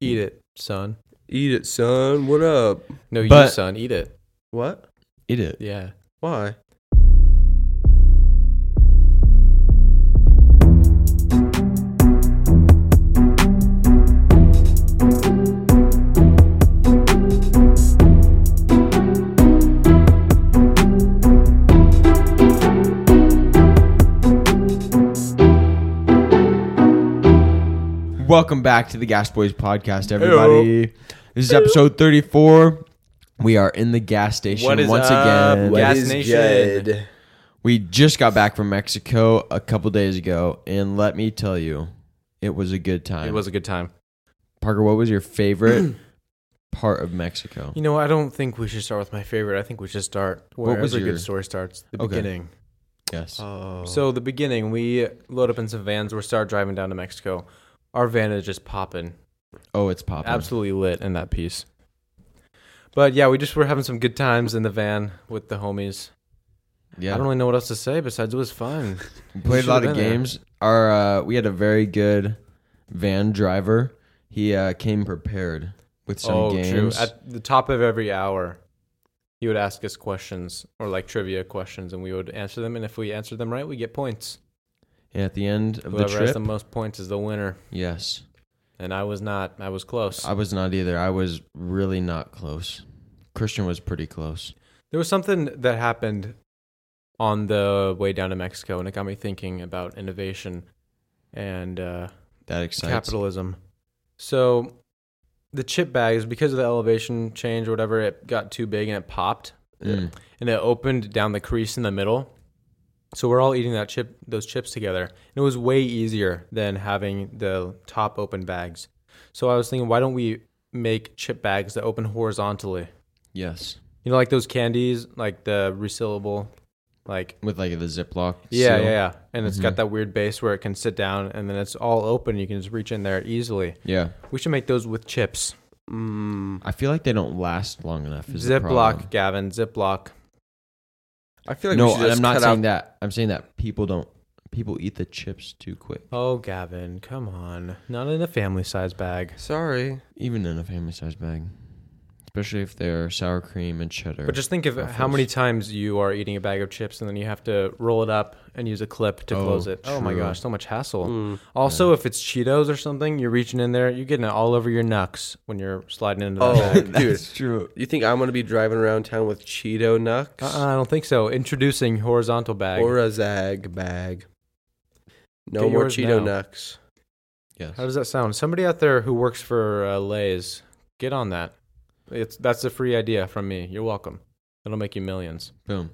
Eat it, son. Eat it, son. What up? No, you But- son, eat it. What? Eat it. Yeah. Why? Welcome back to the Gas Boys podcast, everybody. This is episode 34. We are in the gas station What is once up? again. What Gas is Nation. good? We just got back from Mexico a couple days ago, and let me tell you, it was a good time. It was a good time. Parker, what was your favorite part of Mexico? You know, I don't think we should start with my favorite. I think we should start What wherever was a your- good story starts. The Okay. beginning. Yes. Oh. So the beginning, we load up in some vans. We start driving down to Mexico. Our van is just popping, Oh, it's popping. absolutely lit in that piece. But yeah, we just were having some good times in the van with the homies. Yeah. I don't really know what else to say besides it was fun. We played a should've lot of been there. games. Our uh, we had a very good van driver. He uh, came prepared with some games. Oh, At the top of every hour, he would ask us questions or like trivia questions, and we would answer them. And if we answered them right, we get points. and at the end of the Whoever has trip, the most points is the winner. yes, And I was not. I was close. I was not either. I was really not close. Christian was pretty close. There was something that happened on the way down to Mexico, and it got me thinking about innovation and uh, That excites. capitalism. So, the chip bags, because of the elevation change or whatever, it got too big and it popped, Mm. and it opened down the crease in the middle. So we're all eating that chip, those chips together, and it was way easier than having the top open bags. So I was thinking, why don't we make chip bags that open horizontally? Yes, You know, like those candies, like the resealable, like with like the Ziploc. yeah, seal. Mm-hmm. yeah, yeah. And it's got that weird base where it can sit down, and then it's all open. You can just reach in there easily. Yeah. We should make those with chips. Mm, I feel like they don't last long enough. Is the problem. Ziploc, Gavin. Ziploc. I feel like we no, should and just I'm not cut saying out- that. I'm saying that people don't. People eat the chips too quick, Oh, Gavin, come on. Not in a family size bag. Sorry. even in a family size bag, especially if they're sour cream and cheddar. But just think of how many times you are eating a bag of chips and then you have to roll it up and use a clip to Oh, close it. Oh my true. gosh, so much hassle. Mm. Also, if it's Cheetos or something, you're reaching in there, you're getting it all over your nucks when you're sliding into that Oh, bag. dude. true. You think I'm gonna be driving around town with Cheeto Nucks Uh-uh, I don't think so. Introducing horizontal bag. or a Zag bag? No Get more yours Cheeto now. Nucks. Yes. How does that sound? Somebody out there who works for uh, Lay's, get on that. It's that's a free idea from me. You're welcome. It'll make you millions. Boom.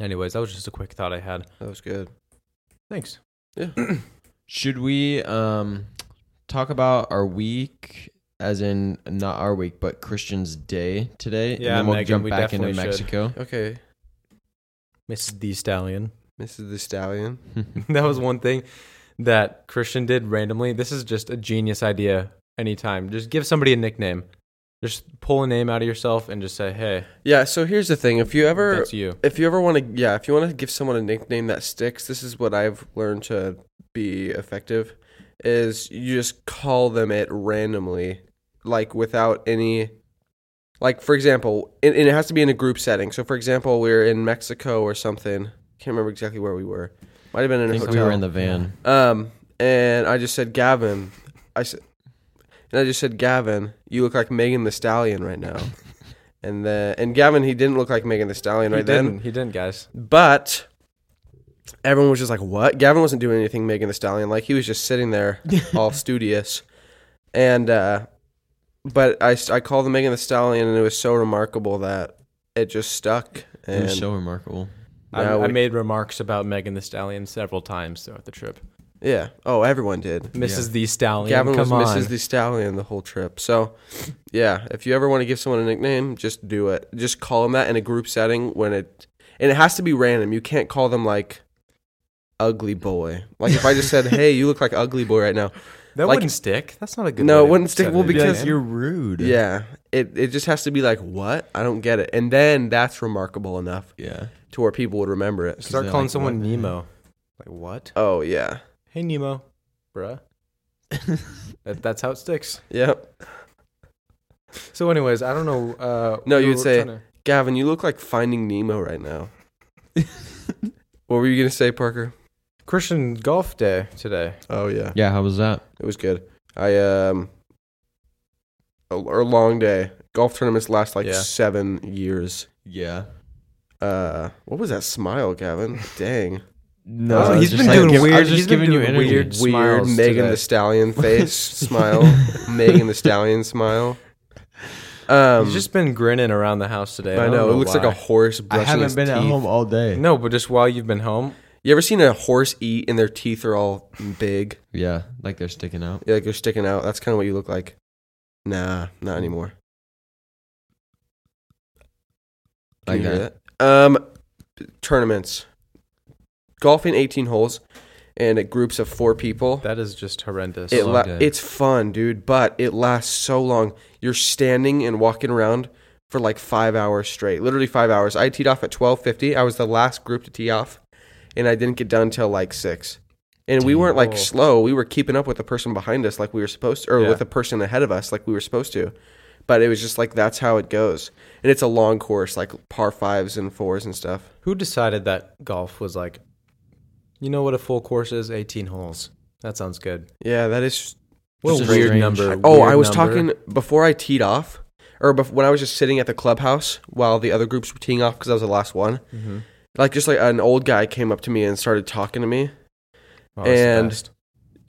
Anyways, that was just a quick thought I had. That was good. Thanks. Should we um talk about our week, as in not our week, but Christian's day today? Yeah, and then we'll Megan, jump we back into definitely should. Mexico. Okay, Mrs. D Stallion. Mrs. the Stallion. that was one thing that Christian did randomly. This is just a genius idea anytime. Just give somebody a nickname. Just pull a name out of yourself and just say, hey, Yeah. So here's the thing: if you ever that's you. if you ever want to yeah if you want to give someone a nickname that sticks this is what i've learned to be effective is you just call them it randomly like without any like for example and, and it has to be in a group setting so for example we were in mexico or something can't remember exactly where we were might have been in I a think hotel we were in the van. um and i just said gavin i said and i just said gavin you look like megan the stallion right now and then and gavin he didn't look like megan the stallion he right then didn't. He didn't, guys. but everyone was just like, "What?" Gavin wasn't doing anything, Megan the Stallion. Like he was just sitting there, all studious. And uh, but I I called the Megan the Stallion, and it was so remarkable that it just stuck. it And was so remarkable. I, now I we- made remarks about Megan the Stallion several times throughout the trip. yeah, oh, everyone did. Mrs. the Stallion. Gavin was come on. Mrs. the Stallion the whole trip. So yeah, if you ever want to give someone a nickname, just do it. Just call them that in a group setting when it and it has to be random. You can't call them like ugly boy. Like if I just said, "Hey, you look like ugly boy right now." that like- wouldn't stick. That's not a good No, way it to wouldn't stick. set Well, it. because Yeah. you're rude. Yeah. It it just has to be like, what? I don't get it. And then that's remarkable enough Yeah. to where people would remember it. Start they're calling like, someone what? Nemo. Like, what? Oh yeah. Hey, Nemo. Bruh. That, that's how it sticks. Yep. So, anyways, I don't know. Uh, No, we you'd were say- trying to- Gavin, you look like Finding Nemo right now. What were you gonna say, Parker? Christian Golf Day today. Oh yeah, yeah, how was that? it was good. I um, a, a long day. Golf tournaments last like Yeah. seven years. Yeah. Uh, what was that smile, Gavin? Dang, No, Oh, I was he's just been like, doing give- I weird- was he's just been giving you doing energy. weird weird Smiles Megan today. the Stallion face smile. Megan the Stallion smile. Um, He's just been grinning around the house today. and I don't know it looks like a why. horse I brushing haven't his been teeth. at home all day. No, but just while you've been home, You ever seen a horse eat and their teeth are all big, Yeah, like they're sticking out. Yeah, like they're sticking out? That's kind of what you look like. Nah, not anymore. Can Like you hear that. that? Um, tournaments, golfing eighteen holes, and at groups of four people. that is just horrendous. It long la- day. it's fun, dude, but it lasts so long. You're standing and walking around for like five hours straight. Literally five hours. I teed off at twelve fifty. I was the last group to tee off, and I didn't get done till like six. And we Dang. weren't like Whoa. slow. We were keeping up with the person behind us, like we were supposed to, or Yeah. with the person ahead of us, like we were supposed to. But it was just like that's how it goes, and it's a long course, like par fives and fours and stuff. Who decided that golf was like, you know what a full course is? 18 holes. That sounds good. Yeah, that is What a Just weird strange. number. Oh, weird I was number. talking before I teed off, or bef- when I was just sitting at the clubhouse while the other groups were teeing off because I was the last one. Mhm. Like just like an old guy came up to me and started talking to me, Oh, it's the and- best.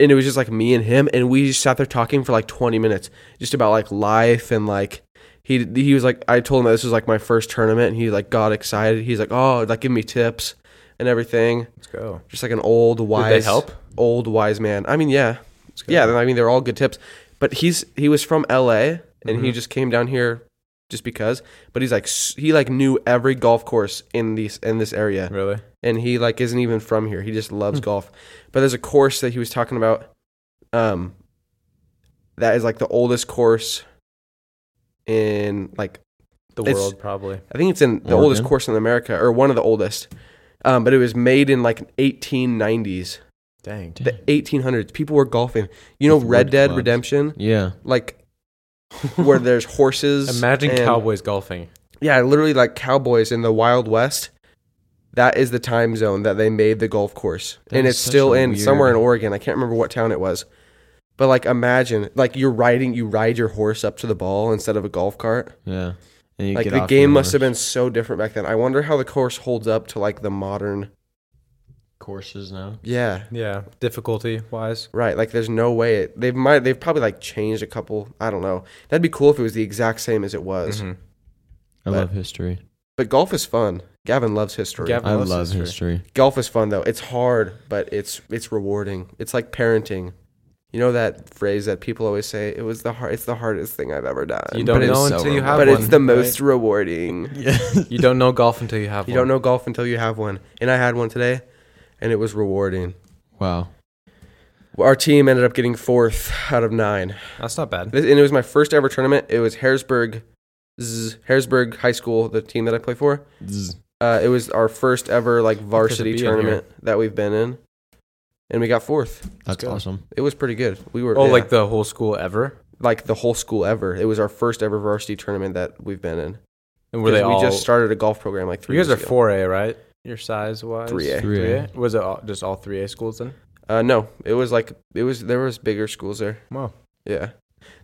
and it was just like me and him, and we just sat there talking for like twenty minutes, just about like life and like. He, he was like I told him that this was like my first tournament and he like got excited. He's like, "Oh, like give me tips and everything." let's go. Just like an old wise Did they help? old wise man. I mean, yeah. Let's go. Yeah, I mean they're all good tips. But he's he was from LA and he Mhm. just came down here just because. But he's like s- he like knew every golf course in these in this area, really. and he like isn't even from here. He just loves Hmm. golf. But there's a course that he was talking about, um, that is like the oldest course in like The It's- world probably. I think it's in the Oregon? oldest course in America or one of the oldest. Um, but it was made in like 1890s, Dang. the 1800s. People were golfing. You know, With Red wood Dead clubs. Redemption Yeah. like where there's horses. Imagine and- cowboys golfing. Yeah, literally like cowboys in the Wild West. That is the time zone that they made the golf course, That and is it's such still a in somewhere in weird- Oregon. I can't remember what town it was, but like imagine like you're riding, you ride your horse up to the ball instead of a golf cart. Yeah. And you like get the off game your must have horse. been so different back then. I wonder how the course holds up to like the modern. courses now. Yeah, Yeah, difficulty wise. right. Like there's no way it, they've might they've probably like changed a couple. I don't know. That'd be cool if it was the exact same as it was. Mhm. I But- love history. But golf is fun. Gavin loves history. Gavin I loves love history. history. golf is fun though. It's hard, but it's it's rewarding. It's like parenting. You know that phrase that people always say, it was the hard it's the hardest thing I've ever done. You don't but know it's, until you have but one. it's the right? most rewarding. Yeah. You don't know golf until you have You one. don't know golf until you have one. And I had one today and it was rewarding. wow. Our team ended up getting fourth out of nine. That's not bad. This, and it was my first ever tournament. It was Harrisburg Harrisburg High School, the team that I play for. Zzz. Uh, it was our first ever like varsity be in here. tournament that we've been in, and we got fourth. That's good. awesome. It was pretty good. We were Oh, yeah, like the whole school ever? like the whole school ever. It was our first ever varsity tournament that we've been in. And were 'Cause they we all? just started a golf program like three. you guys are years ago. four A, right? Your size wise. 3A. Three A. Was it all, just all three A schools then? Uh, no, it was like it was there was bigger schools there. Wow. Yeah,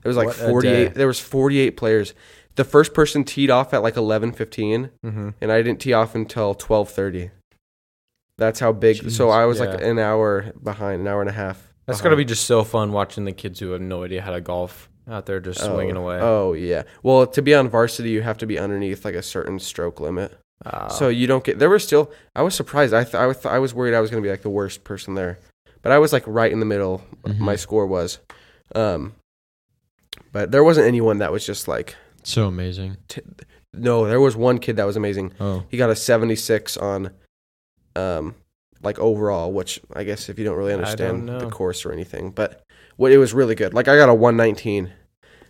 there was like What a forty eight. day. There was forty eight players. The first person teed off at like eleven fifteen, Mm-hmm. and I didn't tee off until twelve thirty. That's how big. so Jeez. I was like Yeah. an hour behind, an hour and a half. That's behind. gotta be just so fun watching the kids who have no idea how to golf out there just swinging oh, away. Oh yeah. Well, to be on varsity, you have to be underneath like a certain stroke limit. Ah. So you don't get. There were still. I was surprised. I th- I, th- I was worried I was going to be like the worst person there, but I was like right in the middle. Mhm. Mm-hmm. My score was, um, but there wasn't anyone that was just like. So amazing. No, there was one kid that was amazing. Oh. He got a seventy six on, um, like overall, which I guess if you don't really I don't understand know. the course or anything, but what it was really good. Like I got a one nineteen,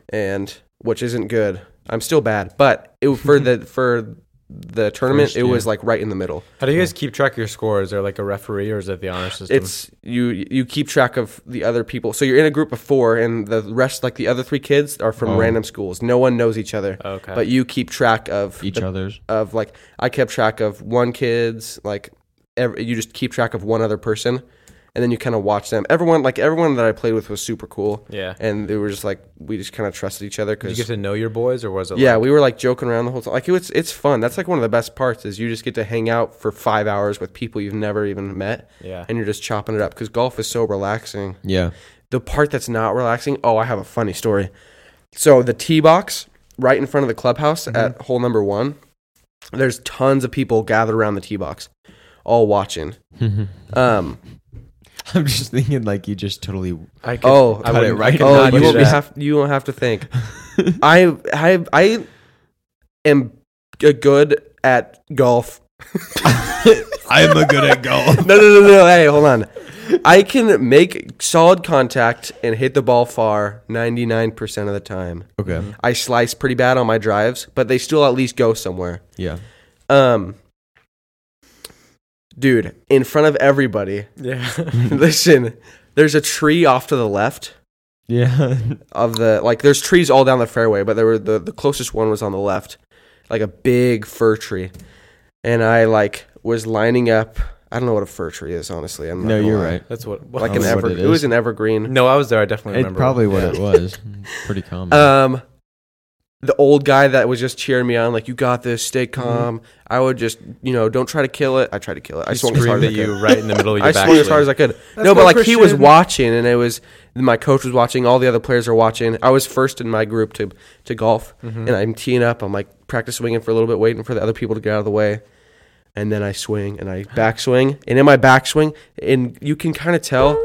and which isn't good. I'm still bad, but it for the for the tournament, First, it was yeah. like right in the middle. How do you guys keep track of your score? Is there like a referee or is it the honor system? It's you you keep track of the other people. So you're in a group of four, and the rest, like the other three kids, are from Oh. random schools. No one knows each other, okay. but you keep track of each the- other's. of like I kept track of one kid's like every, you just keep track of one other person, and then you kind of watch them. Everyone like everyone that I played with was super cool, yeah. and they were just like we just kind of trusted each other Did you get because to know your boys or was it yeah like, we were like joking around the whole time. Like it was it's fun. That's like one of the best parts is you just get to hang out for five hours with people you've never even met, yeah. and you're just chopping it up because golf is so relaxing Yeah. the part that's not relaxing. Oh, I have a funny story. So the tee box right in front of the clubhouse Mm-hmm. at hole number one. There's tons of people gathered around the tee box, all watching. Mm-hmm. Um, I'm just thinking like you just totally I could, oh, I cut it wouldn't- I right could in oh, not the you do won't be that. have you won't have to think. I I I am g- good at golf. I'm a good at golf. No, no, no, no. Hey, hold on. I can make solid contact and hit the ball far 99% of the time. Okay. I slice pretty bad on my drives, but they still at least go somewhere. Yeah. Um, dude, in front of everybody, Yeah. listen. There's a tree off to the left Yeah. of the like. There's trees all down the fairway, but there were the the closest one was on the left, like a big fir tree. And I like was lining up. I don't know what a fir tree is, honestly. I'm not No, gonna you're lie. right. That's what. Like I an don't know what ever. it It, is. was an evergreen. No, I was there. I definitely It remember. probably what it was. Pretty common. Um, the old guy that was just cheering me on, like "You got this, stay Mm-hmm. calm." I would just, you know, don't try to kill it. I tried to kill it. I I swung as screamed hard at as I could. you right in the middle of your I back. swung as hard as I could. no, but more like he was Christian. watching, and it was my coach was watching. All the other players are watching. I was first in my group to to golf, Mm-hmm. and I'm teeing up. I'm like practice swinging for a little bit, waiting for the other people to get out of the way, and then I swing and I backswing, and in my backswing, and you can kind of tell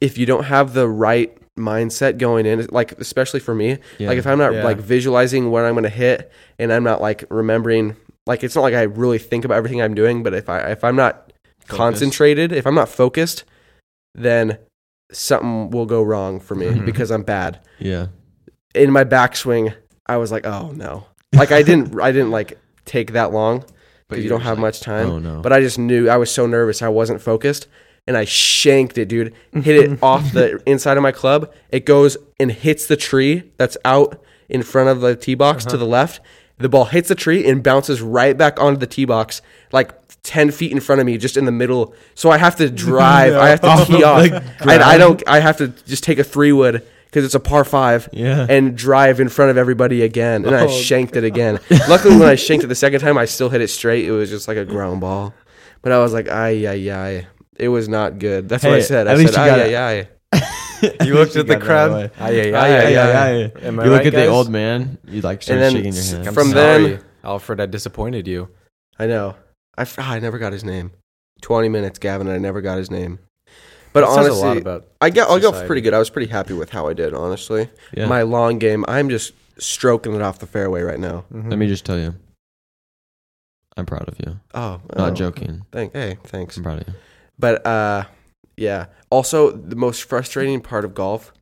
if you don't have the right mindset going in like especially for me Yeah. like if i'm not Yeah. like visualizing what i'm going to hit and i'm not like remembering like it's not like i really think about everything i'm doing but if i if i'm not concentrated, if I'm not focused, then something will go wrong for me Mhm. because I'm bad. yeah. In my backswing, I was like, "Oh no!" Like I didn't, I didn't like take that long because you you're don't just have like, much time. Oh no. But I just knew I was so nervous, I wasn't focused, and I shanked it, dude. Hit it off the inside of my club. It goes and hits the tree that's out in front of the tee box Uh-huh. to the left. The ball hits the tree and bounces right back onto the tee box, like ten feet in front of me, just in the middle. So I have to drive. I have to Off tee of, off, like, and I don't. I have to just take a three wood because it's a par five yeah. and drive in front of everybody again. And I Oh, shanked it again. Luckily, when I shanked it the second time, I still hit it straight. It was just like a ground ball. But I was like, ay, ay, ay. It was not good. That's what I Hey, said. I at said, least you got ay, it. ay, ay. You looked at the got that crowd. away. Aye, aye, aye, Aye, aye, aye. Ah, yeah. yeah, yeah. Am I you look right, at guys? the old man. You like start And then shaking your s- hand. I'm from sorry, then- Alfred, I disappointed you. I know. I, f- ah, I never got his name. 20 minutes, Gavin, and I never got his name. But That says honestly, a lot about I got I got society. pretty good. I was pretty happy with how I did, honestly. yeah. My long game, I'm just stroking it off the fairway right now. Let me just tell you, I'm proud of you. Oh, Not oh, joking. Thank, hey, thanks. I'm proud of you. But uh, yeah. Also, the most frustrating part of golf,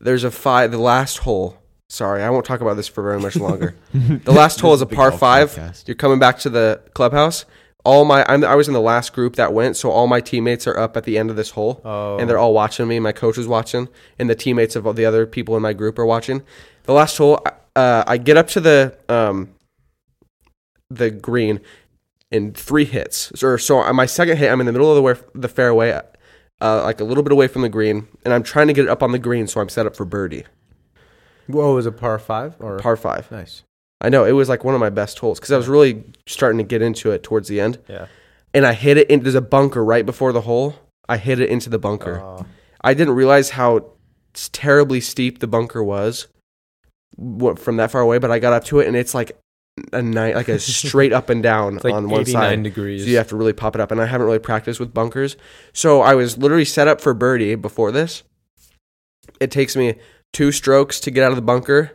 there's a five. The last hole. Sorry, I won't talk about this for very much longer. the last hole is a Big par golf five. podcast. You're coming back to the clubhouse. All my I'm, I was in the last group that went, so all my teammates are up at the end of this hole, Oh, and they're all watching me. My coach is watching, and the teammates of all the other people in my group are watching. The last hole, uh, I get up to the um, the green in three hits. So, so on my second hit, I'm in the middle of the, where, the fairway, uh, like a little bit away from the green, and I'm trying to get it up on the green, so I'm set up for birdie, Whoa, was it par five or par five. Nice. I know it was like one of my best holes because I was really starting to get into it towards the end, Yeah. and I hit it. In, there's a bunker right before the hole. I hit it into the bunker. Oh. I didn't realize how s- terribly steep the bunker was wh- from that far away, but I got up to it, and it's like a night, like a straight up and down It's like on one 89 side. degrees. So you have to really pop it up. And I haven't really practiced with bunkers. So I was literally set up for birdie before this. It takes me two strokes to get out of the bunker.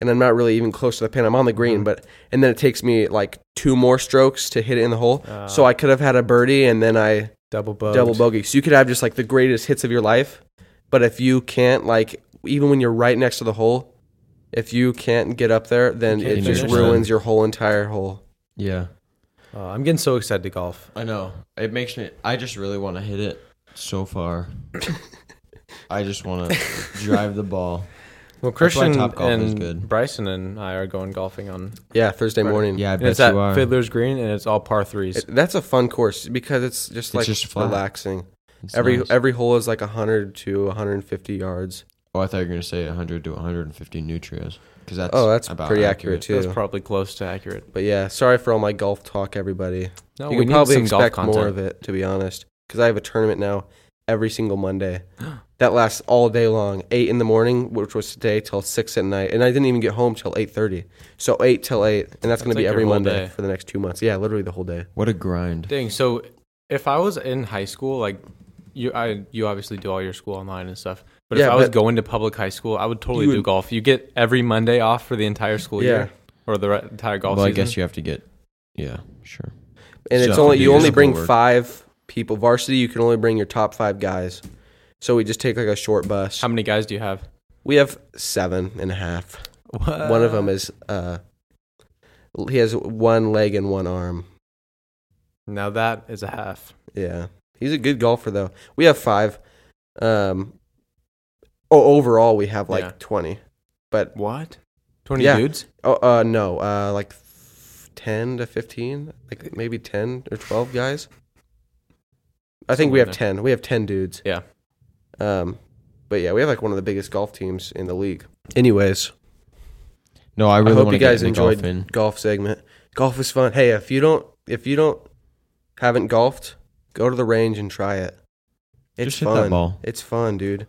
And I'm not really even close to the pin. I'm on the Hmm. green, but and then it takes me like two more strokes to hit it in the hole. Ah. so I could have had a birdie and then I double bow. double bogey. So you could have just like the greatest hits of your life. But if you can't like even when you're right next to the hole, if you can't get up there, then You it can't just finish. ruins your whole entire hole. Yeah. Uh, I'm getting so excited to golf. I know. It makes me. I just really want to hit it so far. I just want to drive the ball. Well, That's why Christian Topgolf is and good. Bryson and I are going golfing on. Yeah, Thursday Right. morning. Yeah, I and bet it's at you are. Fiddler's Green, and it's all par threes. It- that's a fun course because it's just It's like just flat. relaxing. It's every nice. every hole is like 100 to 150 yards. oh, I thought you were gonna say 100 to 150 nutrients because that's oh, that's about pretty accurate, That's too. probably close to accurate. but yeah, sorry for all my golf talk, everybody. No, Oh, you we can need probably some golf expect more content. of it, to be honest, because I have a tournament now every single Monday that lasts all day long, eight in the morning, which was today, till six at night, and I didn't even get home till eight thirty. So eight till eight, and that's, going That's to be like every your whole Monday day. for the next two months. Yeah, literally the whole day. What a grind. Dang. So, if I was in high school, like you, I you obviously do all your school online and stuff. But if Yeah, I was but- going to public high school, I would totally You do would- golf. You get every Monday off for the entire school Yeah. year or the re- entire golf well, I season. guess you have to get. Yeah, sure. and So it's to only do you your only bring schoolwork. five people. Varsity, you can only bring your top five guys. So we just take like a short bus. How many guys do you have? We have seven and a half. one of them is uh, he has one leg and one arm. Now that is a half. Yeah, he's a good golfer though. We have five. Um, oh, overall we have like Yeah. twenty, but What? Twenty Yeah. dudes. oh, uh, no, uh, like ten to fifteen, like maybe ten or twelve guys. I think we Somewhere have ten. We have ten dudes. Yeah. Um, but yeah, we have like one of the biggest golf teams in the league. Anyways, No, I I really hope want you to get guys into enjoyed golfing. golf segment. Golf is fun. Hey, if you don't if you don't haven't golfed, go to the range and try it. It's Just hit fun. that ball. It's fun, dude.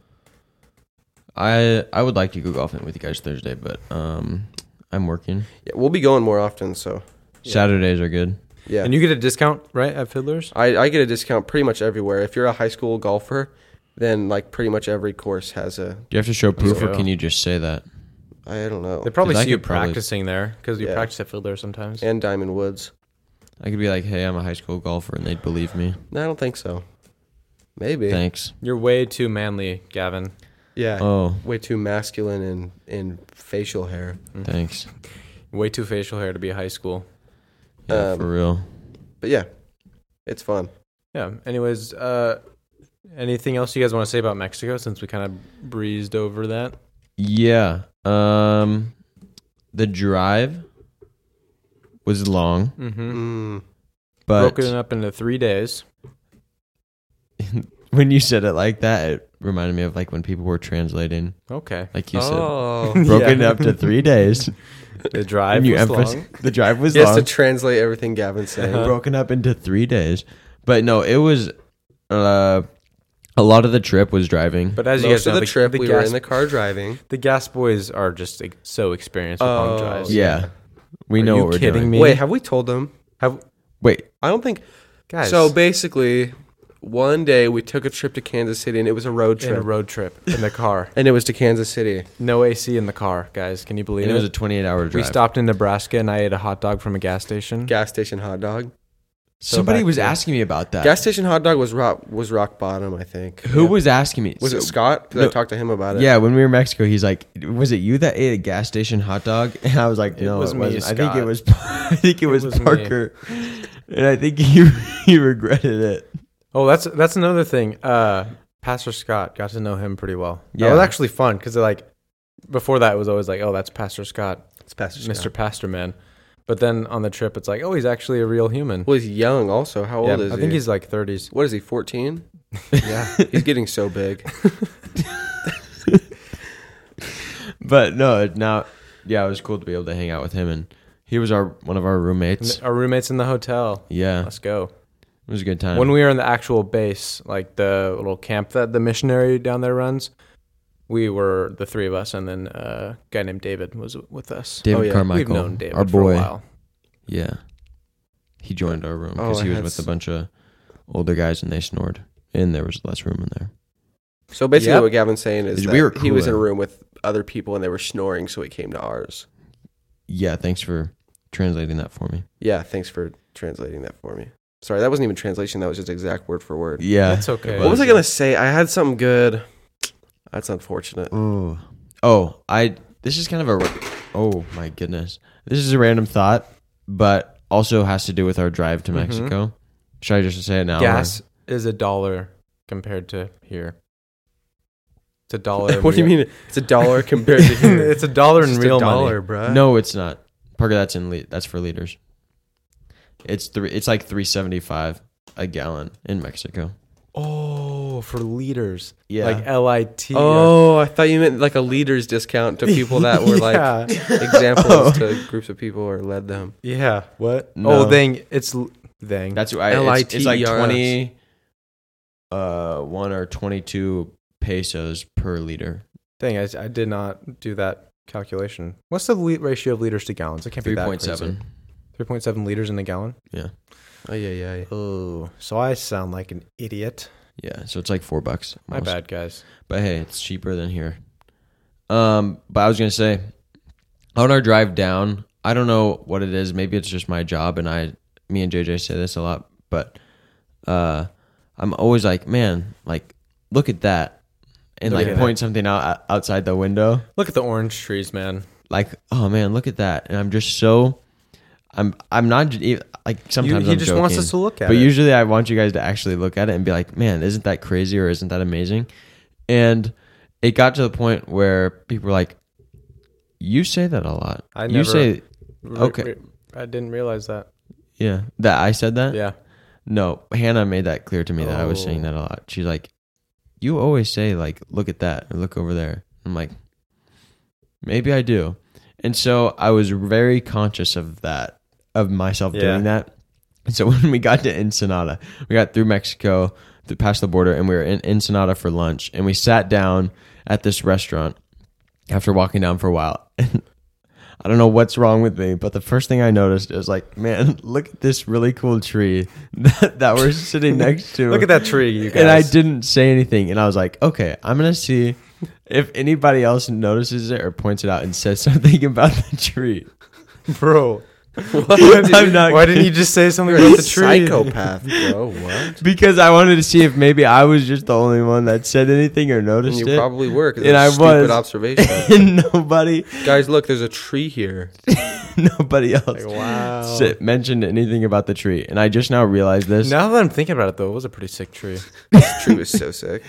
I I would like to go golfing with you guys Thursday, but um, I'm working. Yeah, we'll be going more often, so Yeah. Saturdays are good. yeah. And you get a discount, right, at Fiddler's? I, I get a discount pretty much everywhere. If you're a high school golfer, then like pretty much every course has a Do you have to show proof, or go. can you just say that? I don't know. They probably 'Cause I see you could probably- practicing there because you Yeah. practice at Fiddler's sometimes. And Diamond Woods. I could be like, "Hey, I'm a high school golfer," and they'd believe me. No, I don't think so. Maybe. Thanks. You're way too manly, Gavin. Yeah. Oh, Way too masculine in in facial hair. thanks. Way too facial hair to be high school. Yeah, Um, for real. But yeah. It's fun. Yeah. Anyways, uh, anything else you guys want to say about Mexico since we kind of breezed over that? Yeah. Um, the drive was long, Mm-hmm. Mm. but Broken up into three days. when you said it like that, it reminded me of like when people were translating, Okay. like you oh. said, broken Yeah. up to three days. The drive and you was emphas- long. the drive was He has long, to translate everything Gavin's saying. Uh-huh. broken up into three days. But no, it was uh, a lot of the trip was driving. But as you Most guys know, of the, trip, we were gas, in the car driving. the gas boys are just like, so experienced with long Oh, drives. yeah, we Are know you what we're kidding doing. me? Wait, have we told them? Wait, I don't think. Guys, So basically, one day we took a trip to Kansas City, and it was a road in trip, a road trip in the car, and it was to Kansas City. no AC in the car, guys. Can you believe it it? was a 28 hour drive. we stopped in Nebraska and I ate a hot dog from a gas station. Gas station hot dog. Somebody back was to- asking me about that. Gas station hot dog was rock was rock bottom. I think. Who Yeah. was asking me? was it? So- Scott? 'Cause no. I talked to him about it. Yeah, when we were in Mexico, he's like, "Was it you that ate a gas station hot dog?" And I was like, It "No, it, was was me, not I think it Scott. was, I think it was, was me. Parker, and I think he he regretted it." Oh, that's that's another thing. Uh, Pastor Scott got to know him pretty well. Yeah, it Yeah. was actually fun because like before that it was always like, oh, that's Pastor Scott, it's Pastor Scott. Mister Pastor Man. But then on the trip, it's like, oh, he's actually a real human. Well, he's young. Also, how Yeah, old is I he? think he's like thirties. What is he? Fourteen. Yeah, He's getting so big. But no, it- now, yeah, it was cool to be able to hang out with him, and he was our one of our roommates. our roommates in the hotel. Yeah, Let's go. it was a good time. When we were in the actual base, like the little camp that the missionary down there runs, we were the three of us, and then uh, a guy named David was with us. David Oh, yeah. Carmichael, We've known David our boy, for a while. yeah, he joined our room Oh, because I he was had with a s- bunch of older guys, and they snored, and there was less room in there. So basically, Yep. what Gavin's saying is Is that we were he was in a cooler. room with other people, and they were snoring, so he came to ours. Yeah, thanks for translating that for me. Yeah, thanks for translating that for me. Sorry, that wasn't even translation. That was just exact word for word. Yeah, That's okay. it What was I gonna say? I had something good. That's unfortunate. Oh, oh, I. This is kind of a. Oh my goodness, this is a random thought, but also has to do with our drive to Mhm. Mexico. Should I just say it now? or- Gas is a dollar compared to here. It's a dollar. in what do you real- mean? It's a dollar compared to here. it's a dollar in It's just real a dollar, money. bruh. No, it's not. Parker, that's in le- that's for liters. It's three. It's like three seventy five a gallon in Mexico. uh, Oh, for liters. Yeah. Like L I T. uh, Oh, I thought you meant like a leader's discount to people that were like Yeah. Oh. examples to groups of people or led them. Yeah. What? No. Oh, dang. It's l- dang. That's why it's, it's like LITERS. twenty, uh, one or twenty two pesos per liter. Dang, I, I did not do that calculation. What's the le- ratio of liters to gallons? It can't be Three that point seven. 3.7 liters in a gallon? Oh yeah, yeah, yeah. Oh, so I sound like an idiot. Yeah, so it's like four bucks. My almost. bad, guys. But hey, it's cheaper than here. Um, but I was gonna say, on our drive down, I don't know what it is. Maybe it's just my job, and I, me and JJ say this a lot. But uh, I'm always like, man, like look at that, and Look like at point something out uh, outside the window. Look at the orange trees, man. Like, oh man, look at that, and I'm just so, I'm I'm not j- e- like You, sometimes he I'm just wants joking. us to look at But it. usually I want you guys to actually look at it and be like, man, isn't that crazy or isn't that amazing? And it got to the point where people were like, you say that a lot. I you never- say, Re- okay. re- I didn't realize that. yeah, that I said that? Yeah. No, Hannah made that clear to me that I was saying Oh. that a lot. She's like, you always say, like, look at that or look over there. I'm like, maybe I do. And so I was very conscious of that, of myself Yeah. doing that. And so when we got to Ensenada, we got through Mexico, th- past the border, and we were in Ensenada for lunch. And we sat down at this restaurant after walking down for a while. And I don't know what's wrong with me, but the first thing I noticed is like, man, look at this really cool tree that, that we're sitting next to. Look at that tree, you guys. And I didn't say anything. And I was like, okay, I'm going to see if anybody else notices it or points it out and says something about the tree. bro. I'm not Why didn't you just say something You're about a the tree? psychopath, bro. What? Because I wanted to see if maybe I was just the only one that said anything or And noticed you it. probably were. 'cause And it's a I stupid was. observation. and nobody, Guys, look, there's a tree here. nobody else Like, wow. sa- mentioned anything about the tree. And I just now realized this. Now that I'm thinking about it, though, it was a pretty sick tree. This tree was so sick.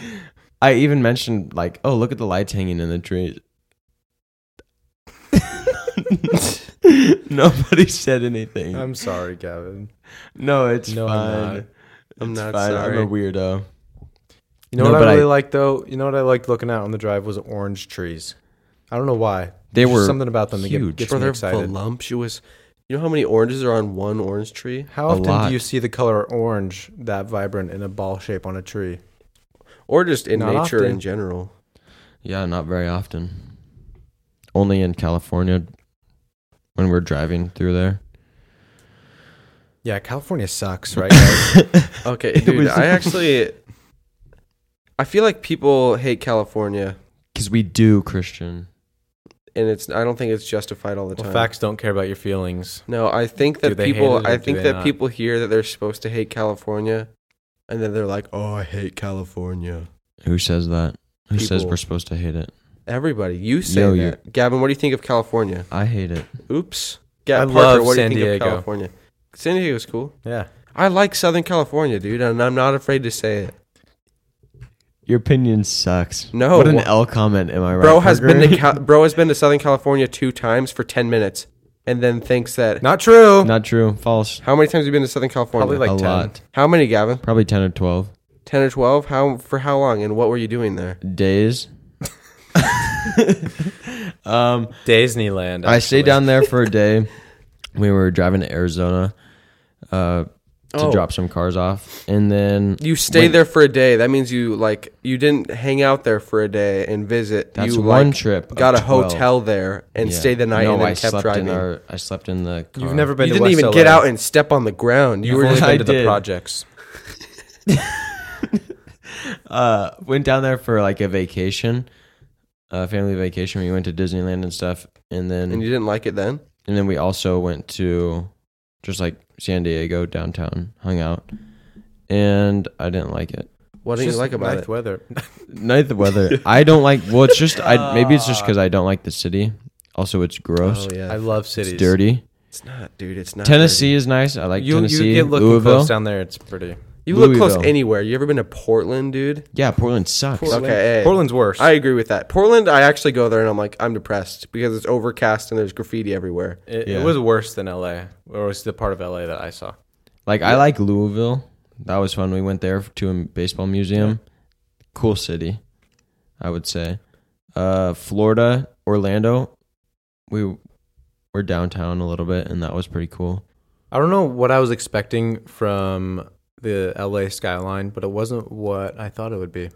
I even mentioned like, oh, look at the lights hanging in the trees. Nobody said anything. I'm sorry, Gavin. no, it's No, fine. I'm not. I'm It's not fine. sorry. I'm a weirdo. You know No, what but I I- really liked though? You know what I liked looking at on the drive was orange trees. I don't know why. They There's were something about them that get, huge. gets Bro, me they're excited. voluptuous. You know how many oranges are on one orange tree? How a often lot. do you see the color orange that vibrant in a ball shape on a tree? Or just in Not nature often. in general? Yeah, not very often. Only in California when we're driving through there. Yeah, California sucks, right? guys? Okay, dude, was- I actually. I feel like people hate California, Because we do, Christian. and it's. I don't think it's justified all the time. well, facts don't care about your feelings. No, I think Do that they hate it people. or I do think they that not? people hear that they're supposed to hate California, and then they're like, "Oh, I hate California." Who says that? Who says People. we're supposed to hate it? Everybody, you say Yo, you- that. Gavin, what do you think of California? I hate it. I Oops. Gavin, love what San do you think Diego. of California? San Diego's cool. Yeah. I like Southern California, dude, and I'm not afraid to say it. Your opinion sucks. No. What an L comment, am I right? Bro has been Parker? to Cal- bro has been to Southern California two times for ten minutes, and then thinks that. Not true. Not true. False. How many times have you been to Southern California? Probably like a 10. lot. how many, Gavin? Probably 10 or 12 Ten or twelve? How for how long? And what were you doing there? days. um, Disneyland. I stayed actually. down there for a day. We were driving to Arizona uh, to Oh. drop some cars off. And then You stay When- there for a day. That means you like you didn't hang out there for a day and visit. that's you one like, trip. of got a 12. hotel there and Yeah. stayed the night No, and then I kept slept driving. In our, I slept in the car. You've never you been to didn't West even LA. get out and step on the ground. You You've were only just I been to the did. projects. uh, went down there for like a vacation, a family vacation. We went to Disneyland and stuff, and then and you didn't like it then. and then we also went to just like San Diego downtown, hung out, and I didn't like it. What It's didn't you just like about nice it? weather. Neither the weather. I don't like. Well, Oh, it's just I. Maybe it's just because I don't like the city. Also, it's gross. yeah. I love It's cities. dirty. It's not, dude. It's not. Tennessee is nice. I like you Tennessee. you get looking Louisville. close down there. It's pretty. dirty. You look close Louisville. anywhere. You ever been to Portland, dude? Yeah, Portland sucks. Okay. hey. Portland's worse. I agree with that. Portland, I actually go there and I'm like, I'm depressed because it's overcast and there's graffiti everywhere. it, Yeah. it was worse than LA, or was the part of LA that I saw. Like I like Louisville. That was fun. We went there to a baseball museum. Cool city, I would say. Uh, Florida, Orlando. We were downtown a little bit, and that was pretty cool. I don't know what I was expecting from the LA skyline, but it wasn't what I thought it would be. I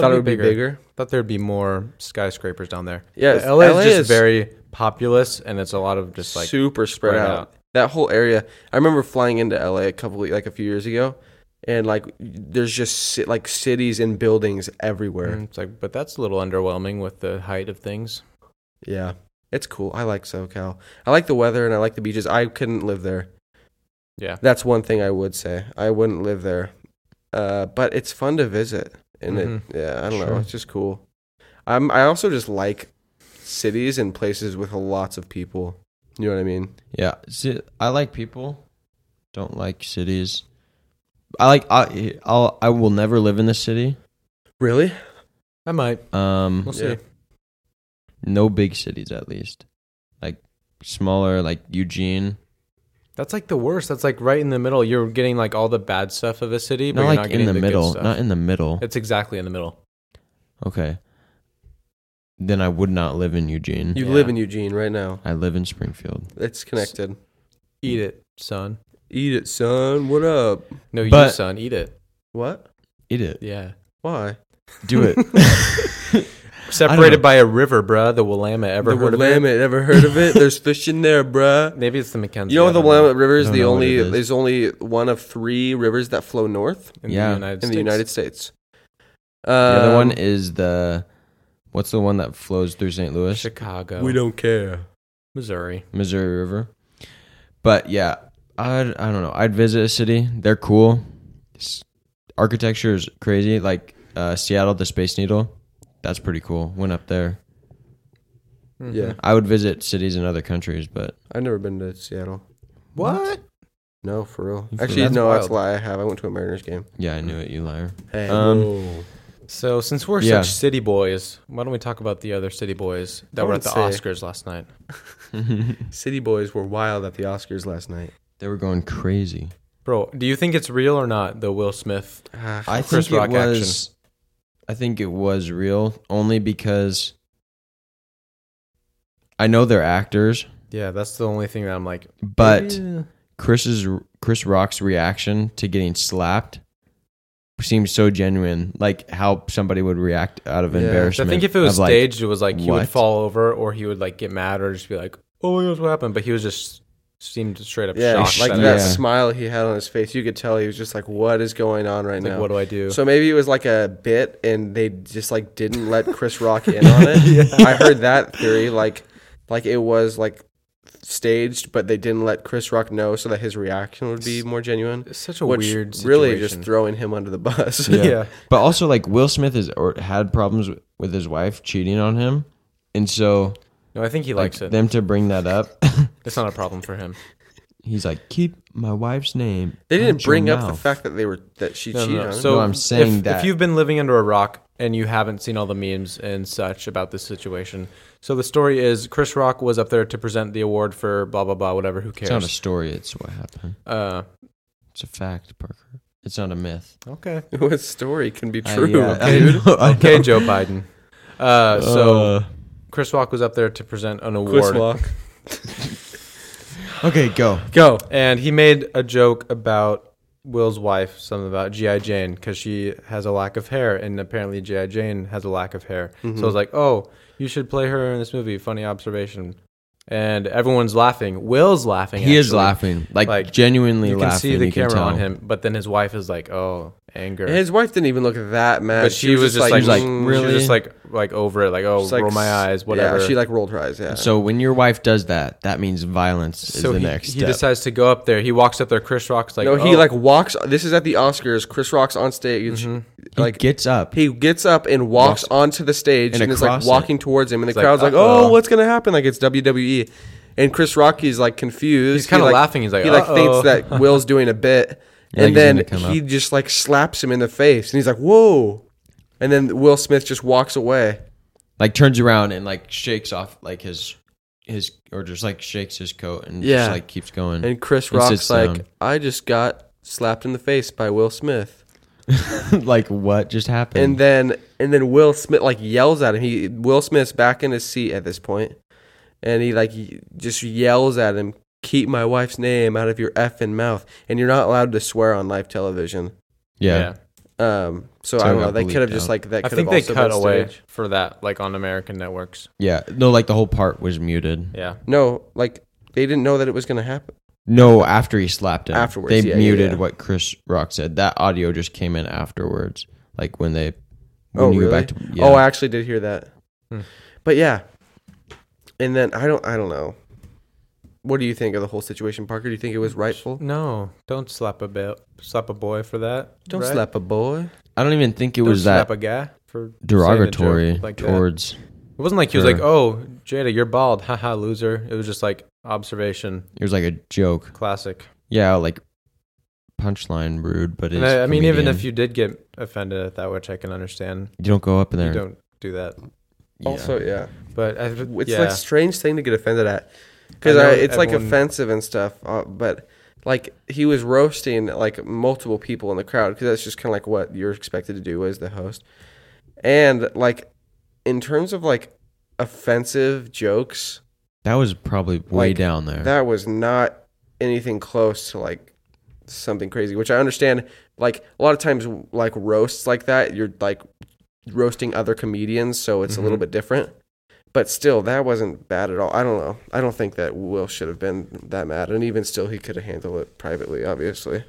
Thought, it would be bigger. Thought there'd be more skyscrapers down there. Yeah, LA, is just very populous, and it's a lot of just like super spread spread out. out. That whole area. I remember flying into LA a couple like a few years ago, and like there's just ci- like cities and buildings everywhere. Mm, It's like, but that's a little underwhelming with the height of things. Yeah, it's cool. I like SoCal. I like the weather and I like the beaches. I couldn't live there. Yeah. That's one thing I would say. I wouldn't live there, uh, but it's fun to visit, and Mhm. it yeah I don't know. Sure. It's just cool. I'm I also just like cities and places with lots of people. You know what I mean? Yeah, see, I like people. Don't like cities. I like I I'll, I will never live in the city. Really? I might. Um, We'll Yeah. see. no big cities at least, like smaller, like Eugene. That's like the worst. That's like right in the middle. You're getting like all the bad stuff of a city, but Not you're like not getting in the, the, middle. Good stuff. Not in the middle. it's exactly in the middle. Okay. Then I would not live in Eugene. You Yeah. live in Eugene right now. I live in Springfield. It's connected. Eat it, son. Eat it, son. What up? No, you But- son, eat it. What? Eat it. Yeah. Why? Do it. Separated by a river, bruh. The Willamette. Ever the heard of it? Willamette. Ever heard of it? There's fish in there, bruh. Maybe it's the Mackenzie. You know I the don't know. Willamette River is I don't the know what only it is. is only one of three rivers that flow north in Yeah. the United in States. the United States. the other one Um, is the what's the one that flows through St. Louis? Chicago, we don't care. Missouri. Missouri River. But yeah, I'd, I don't know. I'd visit a city. They're cool. S- architecture is crazy. Like uh, Seattle, the Space Needle. That's pretty cool. Went up there. Mm-hmm. Yeah, I would visit cities in other countries, but I've never been to Seattle. What? No, for real. For Actually, real. no, That's that's a lie. I have. I went to a Mariners game. yeah, I knew it, you liar. Hey, Um, whoa. So since we're Yeah. such city boys, why don't we talk about the other city boys I that were at would the say- Oscars last night? they City Boys were wild at the Oscars last night. were going crazy. Bro, do you think it's real or not? The Will Smith. Ah, I Chris think it Rock action. was. I think it was real only because I know they're actors, Yeah, that's the only thing that I'm like. but eh. Chris's Chris Rock's reaction to getting slapped seems so genuine, like how somebody would react out of Yeah. I embarrassment. I think if it was of, like, staged, it was like he what? would fall over or he would like get mad or just be like, "Oh, here's what happened." But he was just seemed straight up yeah, shocked. like that that it Yeah. smile he had on his face. You could tell he was just like, "What is going on right was, now?" Like, what do I do? So maybe it was like a bit, and they just like didn't let Chris Rock in on it. I heard that theory, like, like it was like staged, but they didn't let Chris Rock know so that his reaction would be more genuine. it's such a which weird, situation. really just throwing him under the bus. Yeah. yeah. But also, like Will Smith has or had problems with- with his wife cheating on him, and so No, I think he like likes it. them to bring that up. It's not a problem for him. He's like, keep my wife's name. They didn't out your bring up the mouth." fact that they were that she No, cheated no, no. on him. So No, I'm saying if, that- if you've been living under a rock and you haven't seen all the memes and such about this situation, so the story is Chris Rock was up there to present the award for blah blah blah whatever. Who It's not a cares? story. It's what happened. Uh, It's a fact, Parker. It's not a myth. okay, what story can be I- true? yeah, I dude? know, I okay, know. Joe Biden. Uh, so Uh, Chris Rock was up there to present an Chris award, Rock. okay, go. Go. and he made a joke about Will's wife, something about GI Jane because she has a lack of hair, and apparently GI Jane has a lack of hair. So Mm-hmm. I was like, oh, you should play her in this movie. Funny observation. And everyone's laughing. Will's laughing. He is actually. laughing, like, Like, genuinely You can laughing. see the you can camera on tell. him, but then his wife is like, "Oh, anger." His wife didn't even look that mad. but she, was, just like, like, she mm, was really? just like, like over it, like, "Oh, just like, roll my eyes, whatever." Yeah, she like rolled her eyes. Yeah. So when your wife does that, that means violence so is the he, next he step. decides to go up there. He walks up there. Chris Rock's like, no, he "Oh." like walks. This is at the Oscars. Chris Rock's on stage. he Like gets up. he gets up and walks onto the stage And and, is like across walking towards him, and the like, crowd's like, uh-oh. "Oh, what's gonna happen?" Like it's WWE, And Chris Rocky's like confused. He's kind He, of like, laughing. He's like, he like "Uh-oh." thinks that Will's doing a bit, Yeah, and he's then gonna come he just like slaps him in the face, and he's like, "Whoa!" And then Will Smith just walks away. like turns around and like shakes off like his his or just like shakes his coat and Yeah. just like keeps going. And Chris And Rock's sits like, down. "I just got slapped in the face by Will Smith," like what just happened? and then and then Will Smith like yells at him. He Will Smith's back in his seat at this point, and he like y- just yells at him, "Keep my wife's name out of your effing mouth," and you're not allowed to swear on live television. yeah. Um, so, So I it don't know. got They could have bleeped just out. like that. I could think have they also cut been away staged. for that, like on American networks. Yeah. No, like the whole part was muted. Yeah. No, like they didn't know that it was gonna happen. No, after he slapped him. Afterwards, They yeah, yeah, muted yeah. what Chris Rock said. That audio just came in afterwards. Like when they when oh, you really? go back to yeah. Oh, I actually did hear that. Hmm. But yeah, and then I don't. I don't know. What do you think of the whole situation, Parker? Do you think it was rightful? No, don't slap a bit, slap a boy for that. Don't right? slap a boy. I don't even think it Don't was slap that a guy for saying a joke derogatory like that. towards It wasn't like he was Sure. like, "Oh, Jada, you're bald, haha, loser." It was just like observation, it was like a joke. classic. Yeah, like punchline rude, but it's And I, I mean, even comedian. if you did get offended at that, which I can understand, you don't go up in there. you don't do that. Yeah. Also, yeah, But I, it's yeah, like strange thing to get offended at because I know it's like everyone- offensive and stuff. Uh, but like he was roasting like multiple people in the crowd because that's just kind of like what you're expected to do as the host. And like in terms of like offensive jokes, that was probably way Like, down there. that was not anything close to like something crazy which i understand like a lot of times like roasts like that you're like roasting other comedians so it's a little Mhm. bit different but still that wasn't bad at all i don't know i don't think that will should have been that mad and even still he could have handled it privately obviously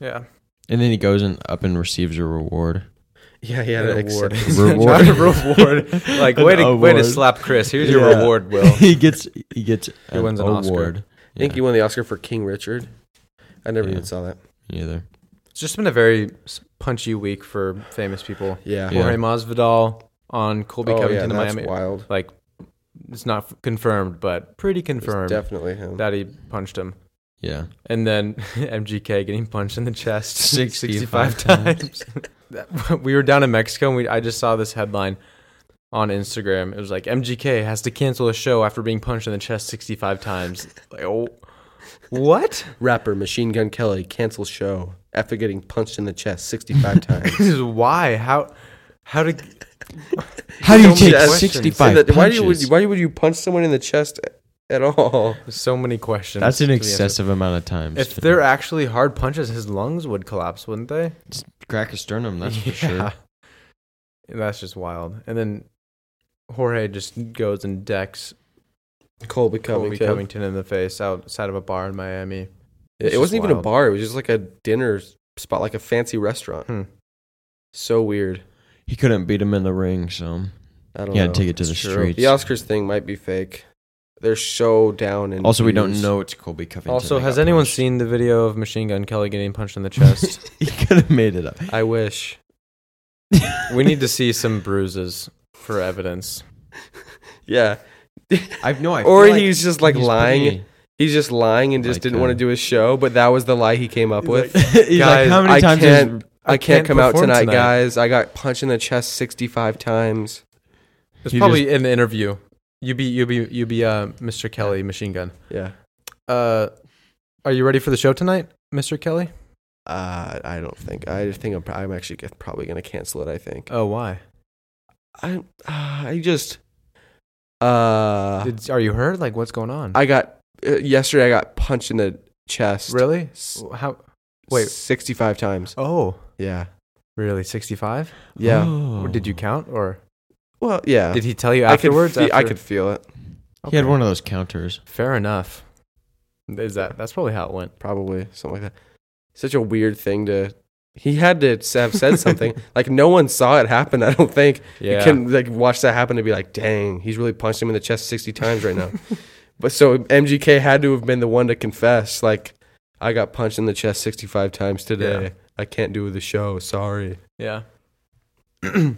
yeah. and then he goes and up and receives a reward. yeah he had An an award. acceptance. Reward. Not a reward. Like An way to way to award. slap Chris. Here's your Yeah. reward, Will. he gets he gets He an wins an Oscar. award. i think he won the oscar for king richard i never Yeah. even saw that either. It's just been a very s- punchy week for famous people. yeah, Yeah. Jorge Masvidal on Colby oh yeah Covington in that's Miami. wild Like, it's not f- confirmed, but pretty It's confirmed definitely him that he punched him. Yeah. And then MGK getting punched in the chest 65 65 times. we were down in Mexico and we, I just saw this headline on Instagram. It was like MGK has to cancel a show after being punched in the chest 65 times. Like, oh, what? Rapper Machine Gun Kelly cancels show after getting punched in the chest 65 times. This is why? How? How did? How do So many you take questions. sixty So five that- punches? why, do you, would you, why would you punch someone in the chest at all? So many questions. That's to an be answered. excessive amount of times. If to they're actually hard punches, his lungs would collapse, wouldn't they? crack a sternum, that's for sure. And that's just wild. And then Jorge just goes and decks Colby Colby Covington. Covington in the face outside of a bar in Miami. It, It's wasn't just even a wild. bar. It was just like a dinner spot, like a fancy restaurant. Hmm. So weird. He couldn't beat him in the ring, so I don't he had know. to take it to the It's true. streets. the Oscars thing might be fake. They're so down in also, we don't views. know it's Colby Covington. Also, that has got anyone punched. seen the video of Machine Gun Kelly getting punched in the chest? he could have made it up. I wish. we need to see some bruises for evidence. Yeah. I've no. I or feel he's just like he's lying. pretty- He's just lying and just Like, didn't uh, want to do his show, but that was the lie he came up with. he's Guys, like, how many I times can't- has I, can't, come out perform tonight, guys. I got punched in the chest 65 times. It's You probably in the interview. You be you be you be uh, Mr. Kelly, Machine Gun. Yeah. Uh, are you ready for the show tonight, Mr. Kelly? Uh, I don't think. I think I'm, I'm actually get, probably going to cancel it, I think. Oh, why? I uh, I just uh Did, are you hurt? Like, what's going on? I got uh, yesterday I got punched in the chest. really? S- How? Wait. 65 times. Oh, Yeah. really? Sixty-five? Yeah. Oh. Or Did you count, or Well, yeah. did he tell you I could afterwards? fe- I after- could feel it He had Okay. one of those counters. Fair enough. Is that? That's probably how it went. probably something like that. Such a weird thing to he had to have said something. like no one saw it happen, I don't think. You can like watch that happen and be like, dang, he's really punched him in the chest sixty times right now. but so MGK had to have been the one to confess, like, I got punched in the chest sixty five times today. Yeah. I can't do the show, sorry. Yeah. Pretty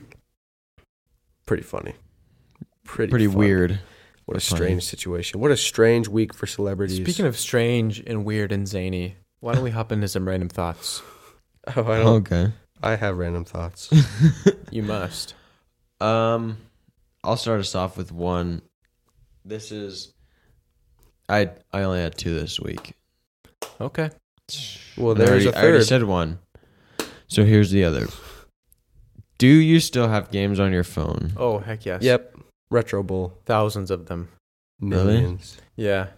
funny. Pretty Pretty funny. weird. What a Funny. strange situation. What a strange week for celebrities. Speaking of strange and weird and zany, why don't we hop into some random thoughts? oh, I don't. Okay. I have random thoughts. You must. Um, I'll start us off with one. This is, I I only had two this week. Okay. Well, And I already, there's a I already third. said one. So here's the other. Do you still have games on your phone? Oh heck yes. Yep. Retro Bowl. Thousands of them. Really? Millions. Yeah.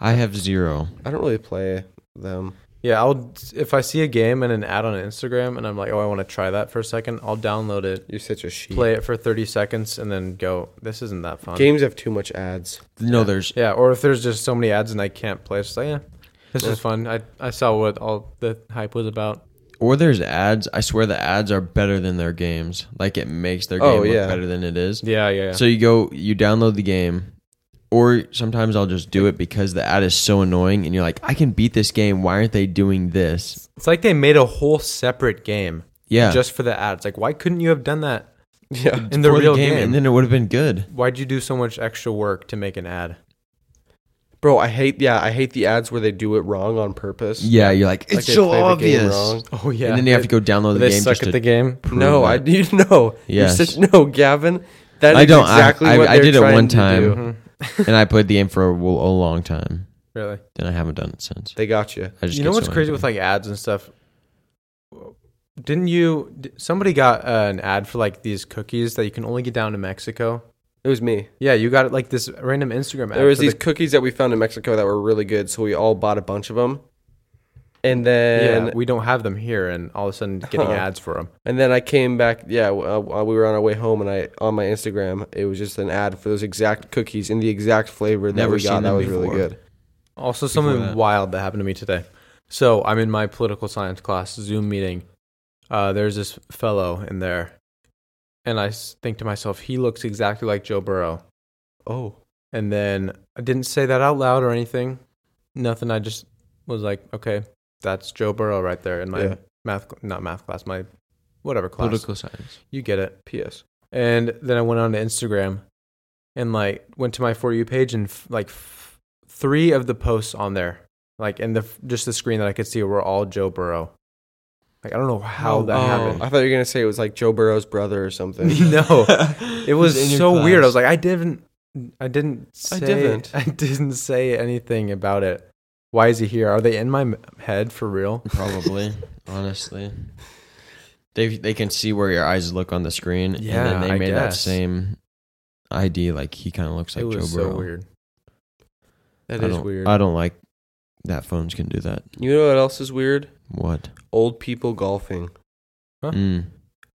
I have zero. I don't really play them. Yeah, I'll if I see a game and an ad on Instagram and I'm like, "Oh, I want to try that for a second, I'll download it, You're such a sheep. play it for 30 seconds and then go, "This isn't that fun." Games have too much ads. No, there's Yeah, or if there's just so many ads and I can't play, it's just like, "Yeah, this is fun. I I saw what all the hype was about." or there's ads. I swear the ads are better than their games. Like it makes their game Oh, yeah. look better than it is. Yeah, yeah. yeah. So you go, you download the game, or sometimes I'll just do it because the ad is so annoying, and you're like, I can beat this game. Why aren't they doing this? it's like they made a whole separate game Yeah, just for the ads. Like, why couldn't you have done that Yeah. in the for real game? and then it would have been good. Why'd you do so much extra work to make an ad? Bro, I hate yeah, I hate the ads where they do it wrong on purpose. Yeah, you're like, Like it's they so play the game obvious. wrong. Oh yeah. And then you have to go download the They game suck just at to the game. prove No, I it. you no. Yes. You said no, Gavin. That is I don't- I- exactly I- what I they're did it trying one to time. do. Mhm. and I played the game for a, w- a long time. Really. Then I haven't done it since. They got you. I just you know get what's so crazy angry. with like ads and stuff didn't you d- somebody got uh, an ad for like these cookies that you can only get down to mexico It was me. yeah you got like this random instagram ad There was for these the- cookies that we found in Mexico that were really good, so we all bought a bunch of them. And then yeah, we don't have them here and all of a sudden getting Huh. ads for them and then I came back. Yeah, uh, we were on our way home, and I on my Instagram, it was just an ad for those exact cookies in the exact flavor that Never we seen got. That them was really before. good. also Before something that. wild that happened to me today so i'm in my political science class zoom meeting uh, there's this fellow in there and i s- think to myself he looks exactly like joe burrow Oh, And then I didn't say that out loud or anything. Nothing. I just was like, okay, that's Joe Burrow right there in my Yeah. math, not math class, my whatever class. political science. You get it. P.S. And then I went on to Instagram and like went to my For You page and f- like f- three of the posts on there, like, and the f- just the screen that I could see were all Joe Burrow. Like, I don't know how that oh, happened. I thought you were gonna say it was like Joe Burrow's brother or something. no. It In was your so weird. I class. was like, I didn't, I didn't, say, I didn't. I didn't say anything about it. Why is he here? Are they in my m- head for real? Probably, honestly. They they can see where your eyes look on the screen, and Yeah, then they I made that guess. same ID. Like he kind of looks like it was Joe so Burrow. weird. that I is don't, weird. I don't like that phones can do that. you know what else is weird? What? Old people golfing. Huh? Mm.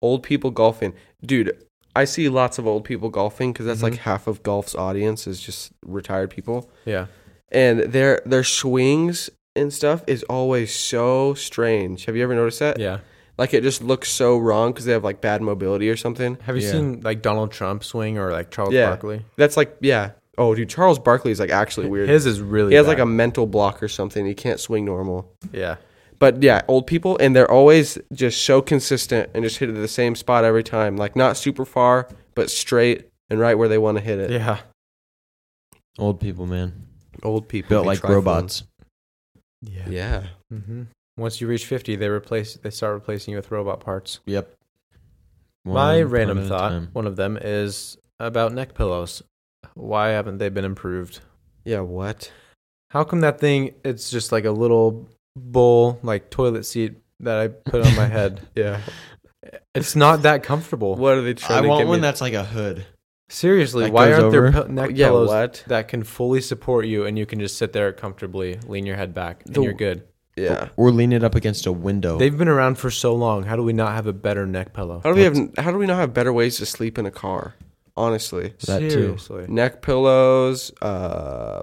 Old people golfing, dude. I see lots of old people golfing because that's Mm-hmm. like half of golf's audience is just retired people. Yeah. and their their swings and stuff is always so strange. Have you ever noticed that? Yeah. Like it just looks so wrong because they have like bad mobility or something. Have you Yeah. seen like Donald Trump swing or like Charles Yeah. Barkley? That's like yeah. Oh, dude, Charles Barkley is like actually weird. His is really. he has like bad. a mental block or something. He can't swing normal. Yeah. But yeah, old people and they're always just so consistent and just hit it the same spot every time. Like not super far, but straight and right where they want to hit it. Yeah. Old people, man, Old people built be like trifling. robots. Yeah. Yeah. hmm Once you reach fifty, they replace. They start replacing you with robot parts. Yep. my One part at random a thought, time. one of them is about neck pillows. Why haven't they been improved? Yeah. What? How come that thing? It's just like a little bowl, like toilet seat that I put on my head. Yeah. It's not that comfortable. What are they trying I to want give one me? that's like a hood. Seriously, That why goes aren't there over? pe- neck yeah. pillows What? that can fully support you and you can just sit there comfortably, lean your head back, and The- you're good? Yeah. Or lean it up against a window. They've been around for so long. How do we not have a better neck pillow? How do we have? How do we not have better ways to sleep in a car? Honestly, That too. Seriously. neck pillows, uh,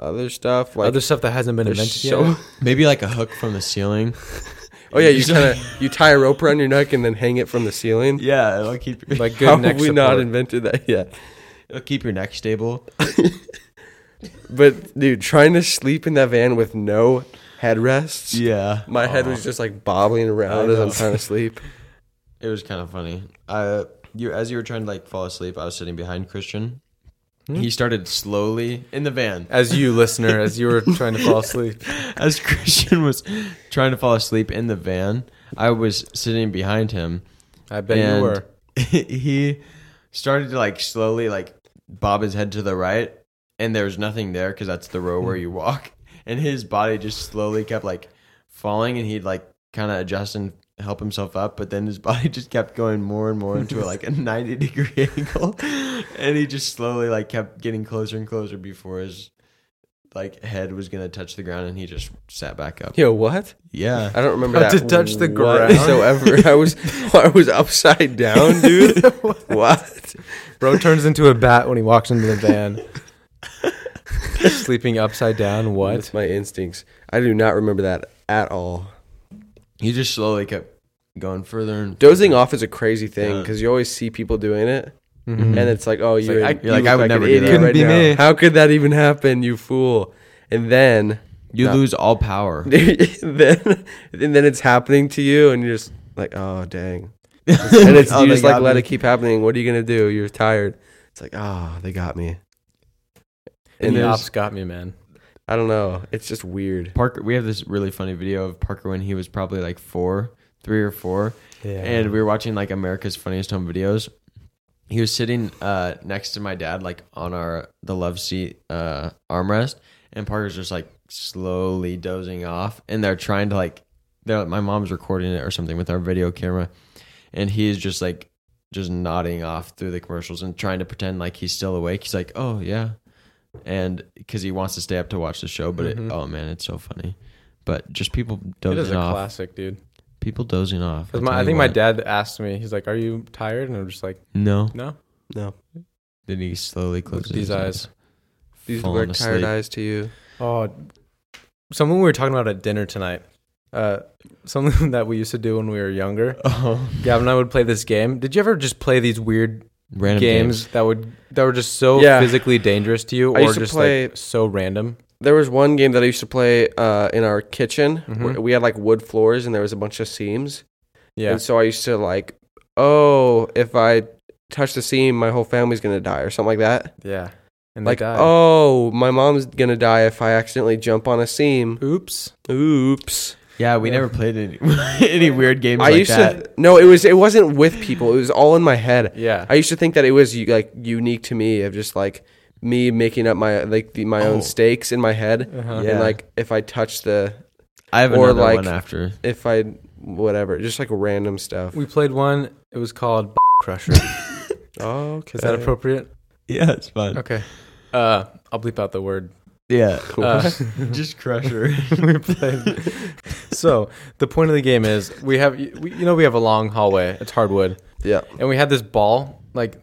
other stuff like. Other stuff that hasn't been there's invented yet. so- Maybe like a hook from the ceiling. oh yeah, you kind of you tie a rope around your neck and then hang it from the ceiling. yeah, it'll keep your, Like How good neck have we support. not invented that yet? it'll keep your neck stable. But dude, trying to sleep in that van with no headrests, Yeah, my head was just like bobbling around I as I'm know. trying to sleep. It was kind of funny. I you as you were trying to like fall asleep, I was sitting behind Christian, He started slowly in the van As you, listener, as you were trying to fall asleep. as Christian was trying to fall asleep in the van. I was sitting behind him. I bet and you were. he started to like slowly like bob his head to the right, and there was nothing there because that's the row where Hmm. you walk. And his body just slowly kept like falling, and he'd like kind of adjust and help himself up, but then his body just kept going more and more into like a ninety degree angle, and he just slowly like kept getting closer and closer before his like head was gonna touch the ground, and he just sat back up. Yo, what? Yeah. I don't remember About that to touch the ground. whatsoever. I was I was upside down, dude. what? Bro turns into a bat when he walks into the van. Sleeping upside down. What? That's my instincts. I do not remember that at all. He just slowly kept going further and Dozing off is a crazy thing Yeah. Mm-hmm. because you always see people doing it, and it's like, oh, you're, like, I- an- you're you like, look I would an never do that. idiot Couldn't right be now. me. How could that even happen, you fool? And then, You No. lose all power. then, and then it's happening to you, and you're just like, oh, dang. And it's Oh, you they just like got let me. it keep happening. What are you gonna do? You're tired. It's like, oh, they got me. And And the there's- ops got me, man. I don't know. It's just weird. Parker, we have this really funny video of Parker when he was probably like four, three or four, Yeah. and we were watching like America's Funniest Home Videos. He was sitting uh, next to my dad, like on our the love seat uh, armrest, and Parker's just like slowly dozing off, and they're trying to like, they're my mom's recording it or something with our video camera, and he is just like just nodding off through the commercials and trying to pretend like he's still awake. He's like, "Oh yeah," and because he wants to stay up to watch the show, but it, oh man, it's so funny. But just people it is dozing Mm-hmm. a off. classic, dude. People dozing off. Because I'll my, tell I you think my what. dad asked me, he's like, "Are you tired?" And I'm just like, No. "No." No, Then he slowly closes these his eyes. these Falling look like tired asleep. eyes to you. Oh, something we were talking about at dinner tonight. Uh, something that we used to do when we were younger. Oh. Gavin and I would play this game. Did you ever just play these weird Random games, games. that would that were just so Yeah. physically dangerous to you, I or used to just play- like so random? There was one game that I used to play uh, in our kitchen. Mhm. Where we had like wood floors, and there was a bunch of seams. Yeah, And so I used to like, oh, if I touch the seam, my whole family's gonna die or something like that. yeah. And like, they died. oh, my mom's gonna die if I accidentally jump on a seam. oops. Oops. Yeah, we never played any, any weird games I like used that. to no, it was it wasn't with people. It was all in my head. Yeah. I used to think that it was u- like unique to me of just like me making up my like the, my Oh. own stakes in my head Uh-huh. and Yeah. like if I touch the I have or another like- one after. if I whatever just like random stuff. We played one. It was called Crusher. Oh, okay. Is that appropriate? Yeah, it's fun. Okay. Uh, I'll bleep out the word. Yeah. Uh, Just crusher. we played. so the point of the game is we have we, you know we have a long hallway. It's hardwood, Yeah. and we had this ball like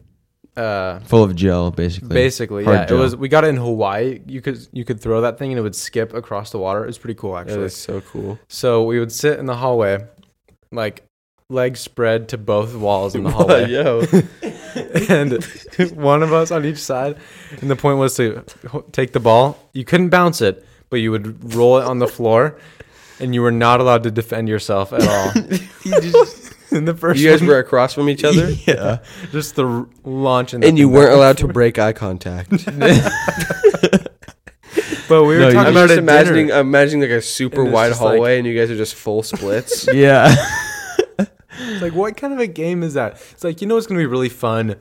uh, Full of gel, basically. basically Hard yeah. gel. It was we got it in Hawaii. You could you could throw that thing and it would skip across the water. It was pretty cool That actually. is so cool. So we would sit in the hallway, like legs spread to both walls in the hallway, Yo. and one of us on each side. And the point was to ho- take the ball. You couldn't bounce it, but you would roll it on the floor, and you were not allowed to defend yourself at all. in the first You guys one, were across from each other yeah. just the r- launch and, and you weren't allowed to break eye contact. But we were No, you talking I'm about it just at dinner. imagining I'm imagining like a super And it's wide just like- hallway and you guys are just full splits. Yeah. It's like what kind of a game is that? It's like you know it's going to be really fun,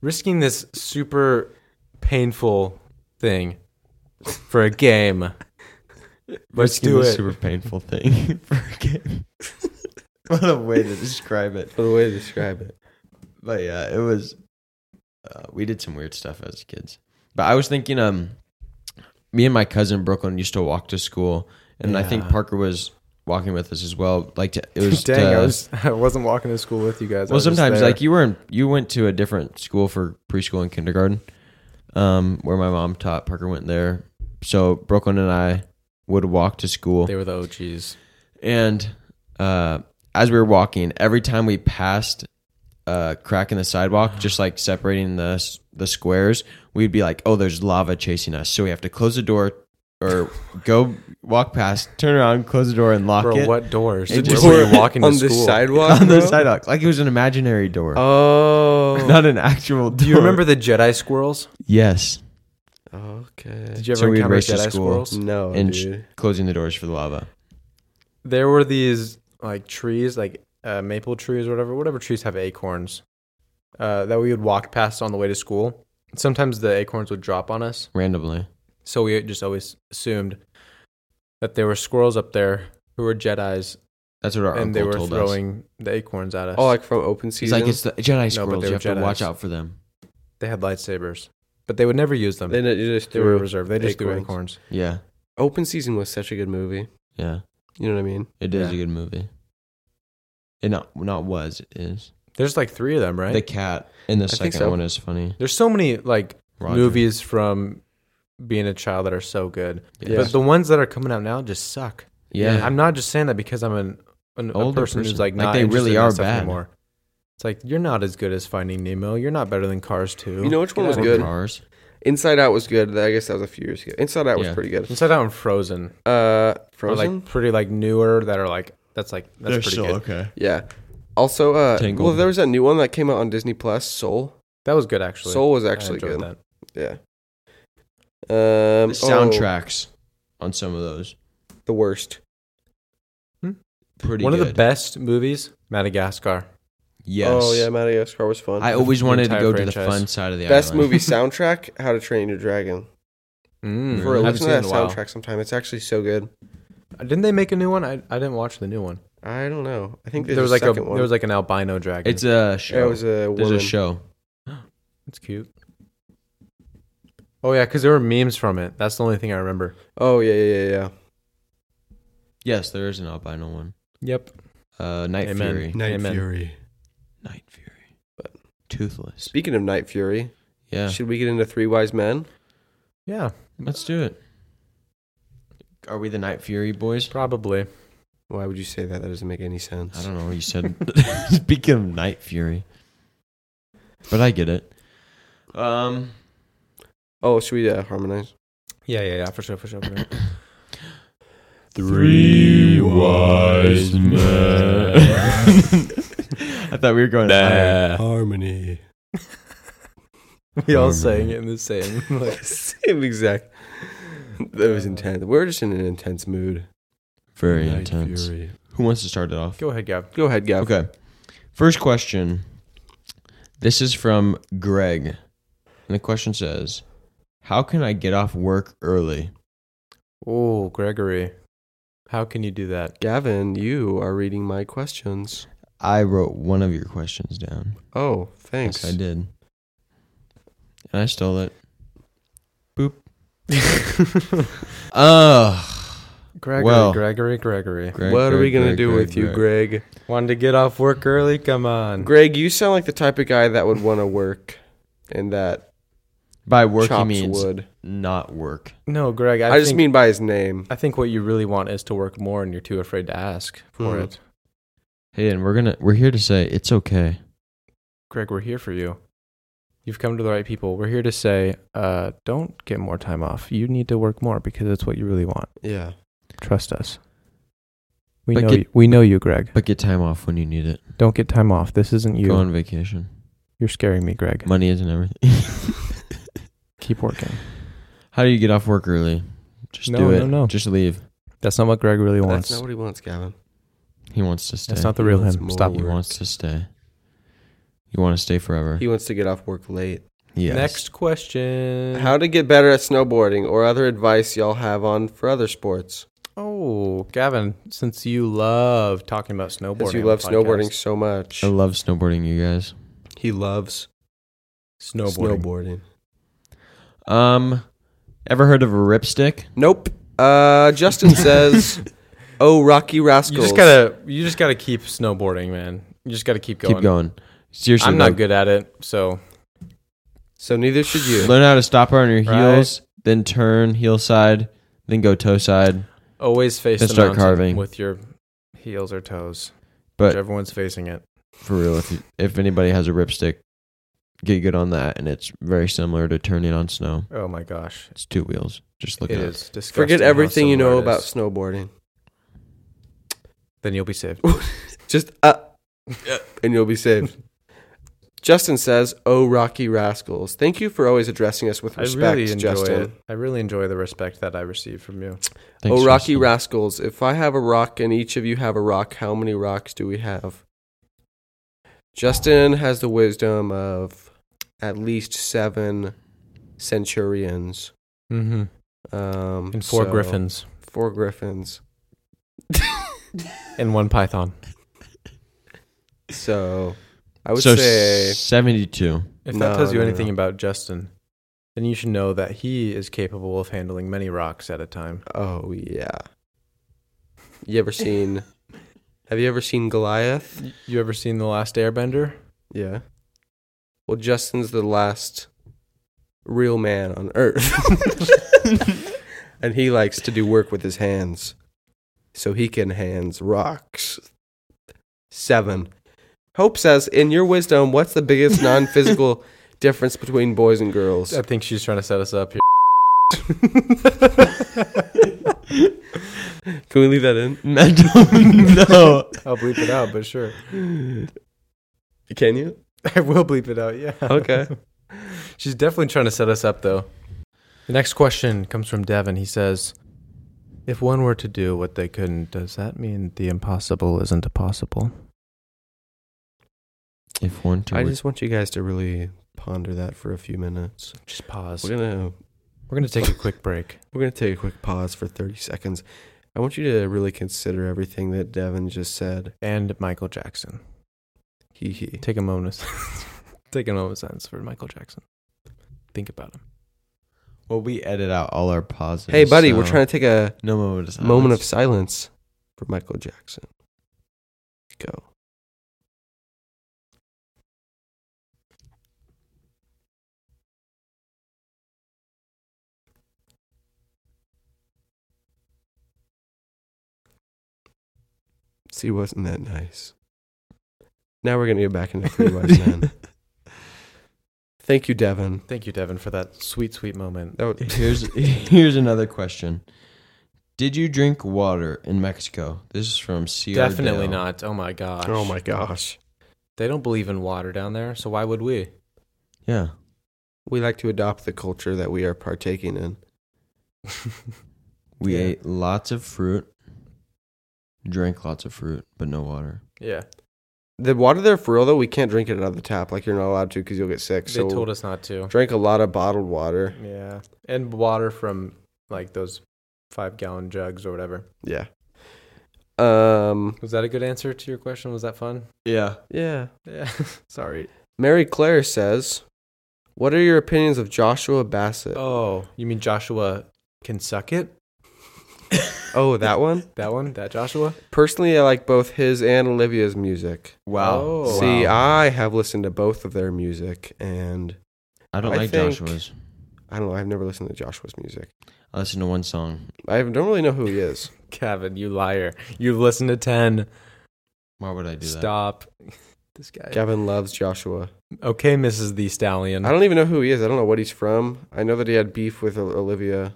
risking this super painful thing for a game. Let's Risking do this it. super painful thing for a game. what a way to describe it. For the way to describe it. But yeah, it was. Uh, we did some weird stuff as kids. But I was thinking, um, me and my cousin Brooklyn used to walk to school, and I think Yeah. Parker was walking with us as well. Like to, it was Dang, to- I, was, I wasn't walking to school with you guys. I well, was just sometimes there. like you were in, you went to a different school for preschool and kindergarten, um, where my mom taught. Parker went there, so Brooklyn and I would walk to school, they were the OGs. and uh, as we were walking, every time we passed a crack in the sidewalk, just like separating the the squares, we'd be like, "Oh, there's lava chasing us!" So we have to close the door, or go walk past, turn around, close the door, and lock Bro, it what doors? It Where just- were you walking to on the school? sidewalk. on the bro? sidewalk. Like it was an imaginary door, Oh. not an actual door. Do you remember the Jedi squirrels? Yes, Okay. Did you ever So we'd encounter race to Jedi school. squirrels? No, and sh- dude. closing the doors for the lava. There were these like trees, like uh, maple trees or whatever, whatever trees have acorns uh, that we would walk past on the way to school. Sometimes the acorns would drop on us. Randomly, So we just always assumed that there were squirrels up there who were Jedi's that's what our and they uncle were told us. throwing the acorns at us. Oh, like from open He's season. like, it's the Jedi No, but squirrels. they you were have to watch Jedis. out for them. they had lightsabers, but they would never use them. They They, didn't- you just were threw- reserved. They just threw acorns. acorns. Yeah, Open season was such a good movie. yeah. You know what I mean? It is Yeah. a good movie. It not not was it is There's like three of them, right? the cat and the think second so. one is funny. There's so many like Roger. movies from being a child that are so good, Yeah. but the ones that are coming out now just suck. Yeah. I'm not just saying that because I'm an, an a Older person, who's person. like Like, not they interested in really that are stuff bad. anymore. It's like you're not as good as Finding Nemo. You're not better than Cars Two. You know which one Get was out of good? Cars. Inside Out was good. I guess that was a few years ago. Inside Out was Yeah. pretty here. good. Inside Out and Frozen, Uh, are Frozen. like pretty like newer that are like that's like that's pretty good. okay. yeah. Also, uh, well, Tangled. there was that new one that came out on Disney Plus. Soul. That was good actually. Soul was I actually enjoyed good. that. Yeah. The Um, oh, soundtracks on some of those the worst. pretty. One of the good. best movies, Madagascar. Yes. Oh yeah, Madagascar was fun. I always the wanted to entire go to the franchise. fun side of the Best island. movie soundtrack: How to Train Your Dragon. Mm, For I Really? a haven't listen seen it to that in a while. soundtrack sometime. It's actually so good. Didn't they make a new one? I, I didn't watch the new one. I don't know. I think There was a like a second one. there was like an albino dragon. It's a Yeah, show. it was a There's woman. a show. It's cute. Oh yeah, because there were memes from it. That's the only thing I remember. Oh yeah, yeah, yeah, yeah. Yes, there is an albino one. Yep. Uh, Night Amen. Fury. Night Amen. Fury. Night Fury. But toothless. Speaking of Night Fury, Yeah. should we get into Three Wise Men? Yeah, Let's do it. Are we the Night Fury boys? probably. Why would you say that? That doesn't make any sense. I don't know. You said speaking of Night Fury, but I get it. Um, Oh, should we uh, harmonize? Yeah, yeah, yeah, for sure, for sure. For sure. three wise men. I thought we were going. higher. Harmony. we all sang it in the same. Like, Same exact. That was intense. We're just in an intense mood. Very Night intense. Fury. Who wants to start it off? go ahead, Gab. Go ahead, Gav. Okay. First question. This is from Greg. And the question says, How can I get off work early? Oh, Gregory, how can you do that? Gavin, you are reading my questions. I wrote one of your questions down. Oh, thanks. Yes, I did. And I stole it. Boop. Ugh. Gregory, Well- Gregory, Gregory. Greg, what are Greg, we gonna Greg, do Greg, with you, Greg? Wanted to get off work early. Come on. Greg, you sound like the type of guy that would want to work, and that By work, he chops means wood. not work. No, Greg. I, I, just think- mean by his name. I think what you really want is to work more, and you're too afraid to ask for Mhm. it. Hey, and we're gonna we're here to say it's okay. Greg, we're here for you. You've come to the right people. We're here to say, uh, don't get more time off. You need to work more because it's what you really want. Yeah. Trust us. We But know get- you, we know you, Greg. But get time off when you need it. Don't get time off. This isn't you. Go on vacation. You're scaring me, Greg. Money isn't everything. Keep working. How do you get off work early? Just No, do it. no, no. Just leave. That's not what Greg really wants. That's not what he wants, Gavin. He wants to stay. That's not the He real wants him. more Stop. He work. wants to stay. You want to stay forever. He wants to get off work late. Yes. Next question. How to get better at snowboarding or other advice y'all have on for other sports? Oh, Gavin, since you love talking about snowboarding, Because you on love the snowboarding podcast. so much. I love snowboarding, you guys. He loves snowboarding. snowboarding. Um, ever heard of a ripstick? Nope. Uh, Justin says, "Oh, Rocky Rascals." You just gotta, you just gotta keep snowboarding, man. You just gotta keep going. Keep going. Seriously, I'm not though, good at it, so So neither should you. Learn how to stop her on your Right. heels, then turn heel side, then go toe side. always face Then the start mountain carving. with your heels or toes. But Everyone's facing it. for real, if you, if anybody has a ripstick, get good on that, and it's very similar to turning on snow. Oh my gosh, It's two wheels. Just look it it up. is disgusting. Forget how everything you similar know it about is. snowboarding. Then you'll be saved. Just uh, and you'll be saved. Justin says, "Oh, Rocky Rascals, thank you for always addressing us with I respect, really enjoy Justin." it. I really enjoy the respect that I receive from you. Thanks, oh, Rocky Justin. Rascals, if I have a rock and each of you have a rock, how many rocks do we have? Justin has the wisdom of at least seven centurions. Mm-hmm. Um, And four so- griffins Four griffins. and one python. So I would so say seventy-two. If No, that tells you no, anything no. about Justin, then you should know that he is capable of handling many rocks at a time. Oh yeah. You ever seen? have you ever seen Goliath? Y- You ever seen The Last Airbender? Yeah. Well, Justin's the last real man on earth, and he likes to do work with his hands, so he can hands rocks. Seven. Hope says, in your wisdom, what's the biggest non-physical difference between boys and girls? I think she's trying to set us up here. Can we leave that in? I don't know. I'll bleep it out, but sure. Can you? I will bleep it out, yeah. Okay. She's definitely trying to set us up, though. The next question comes from Devin. He says, If one were to do what they couldn't, does that mean the impossible isn't possible? if one, two, I just want you guys to really ponder that for a few minutes. Just pause. We're gonna We're going to take a quick break. we're gonna take a quick pause for thirty seconds. I want you to really consider everything that Devin just said. And Michael Jackson. Hee hee. Take a moment. take a moment of silence for Michael Jackson. Think about him. well, we edit out all our pauses. Hey, buddy, we're so- trying to take a no moment of silence. moment of silence for Michael Jackson. Go. See, wasn't that nice? Now we're gonna get back into three wise men. Thank you, Devin. Thank you, Devin, for that sweet, sweet moment. That was- Here's here's another question. Did you drink water in Mexico? This is from Sierra. Definitely Dale. not. Oh my gosh. oh my gosh. They don't believe in water down there, so why would we? Yeah. We like to adopt the culture that we are partaking in. We Yeah. ate lots of fruit, drank lots of fruit, but no water. yeah. The water there for real though, we can't drink it out of the tap. Like you're not allowed to because you'll get sick. so they told us not to. drank a lot of bottled water. Yeah. And water from like those five gallon jugs or whatever. Yeah. Um. Was that a good answer to your question? Was that fun? Yeah. Yeah. Yeah. Sorry. Mary Claire says, "What are your opinions of Joshua Bassett? Oh, Oh, you mean Joshua can suck it? Oh, that one. That one? That Joshua? Personally, I like both his and Olivia's music. Wow. Oh. See, Wow. I have listened to both of their music, and I don't I like think- Joshua's. I don't know. I've never listened to Joshua's music. I listened to one song. I don't really know who he is. Kevin, you liar. You've listened to 10. Why would I do that? Stop. this guy. Gavin loves Joshua. Okay, Mrs. The Stallion. I don't even know who he is. I don't know what he's from. I know that he had beef with O- Olivia.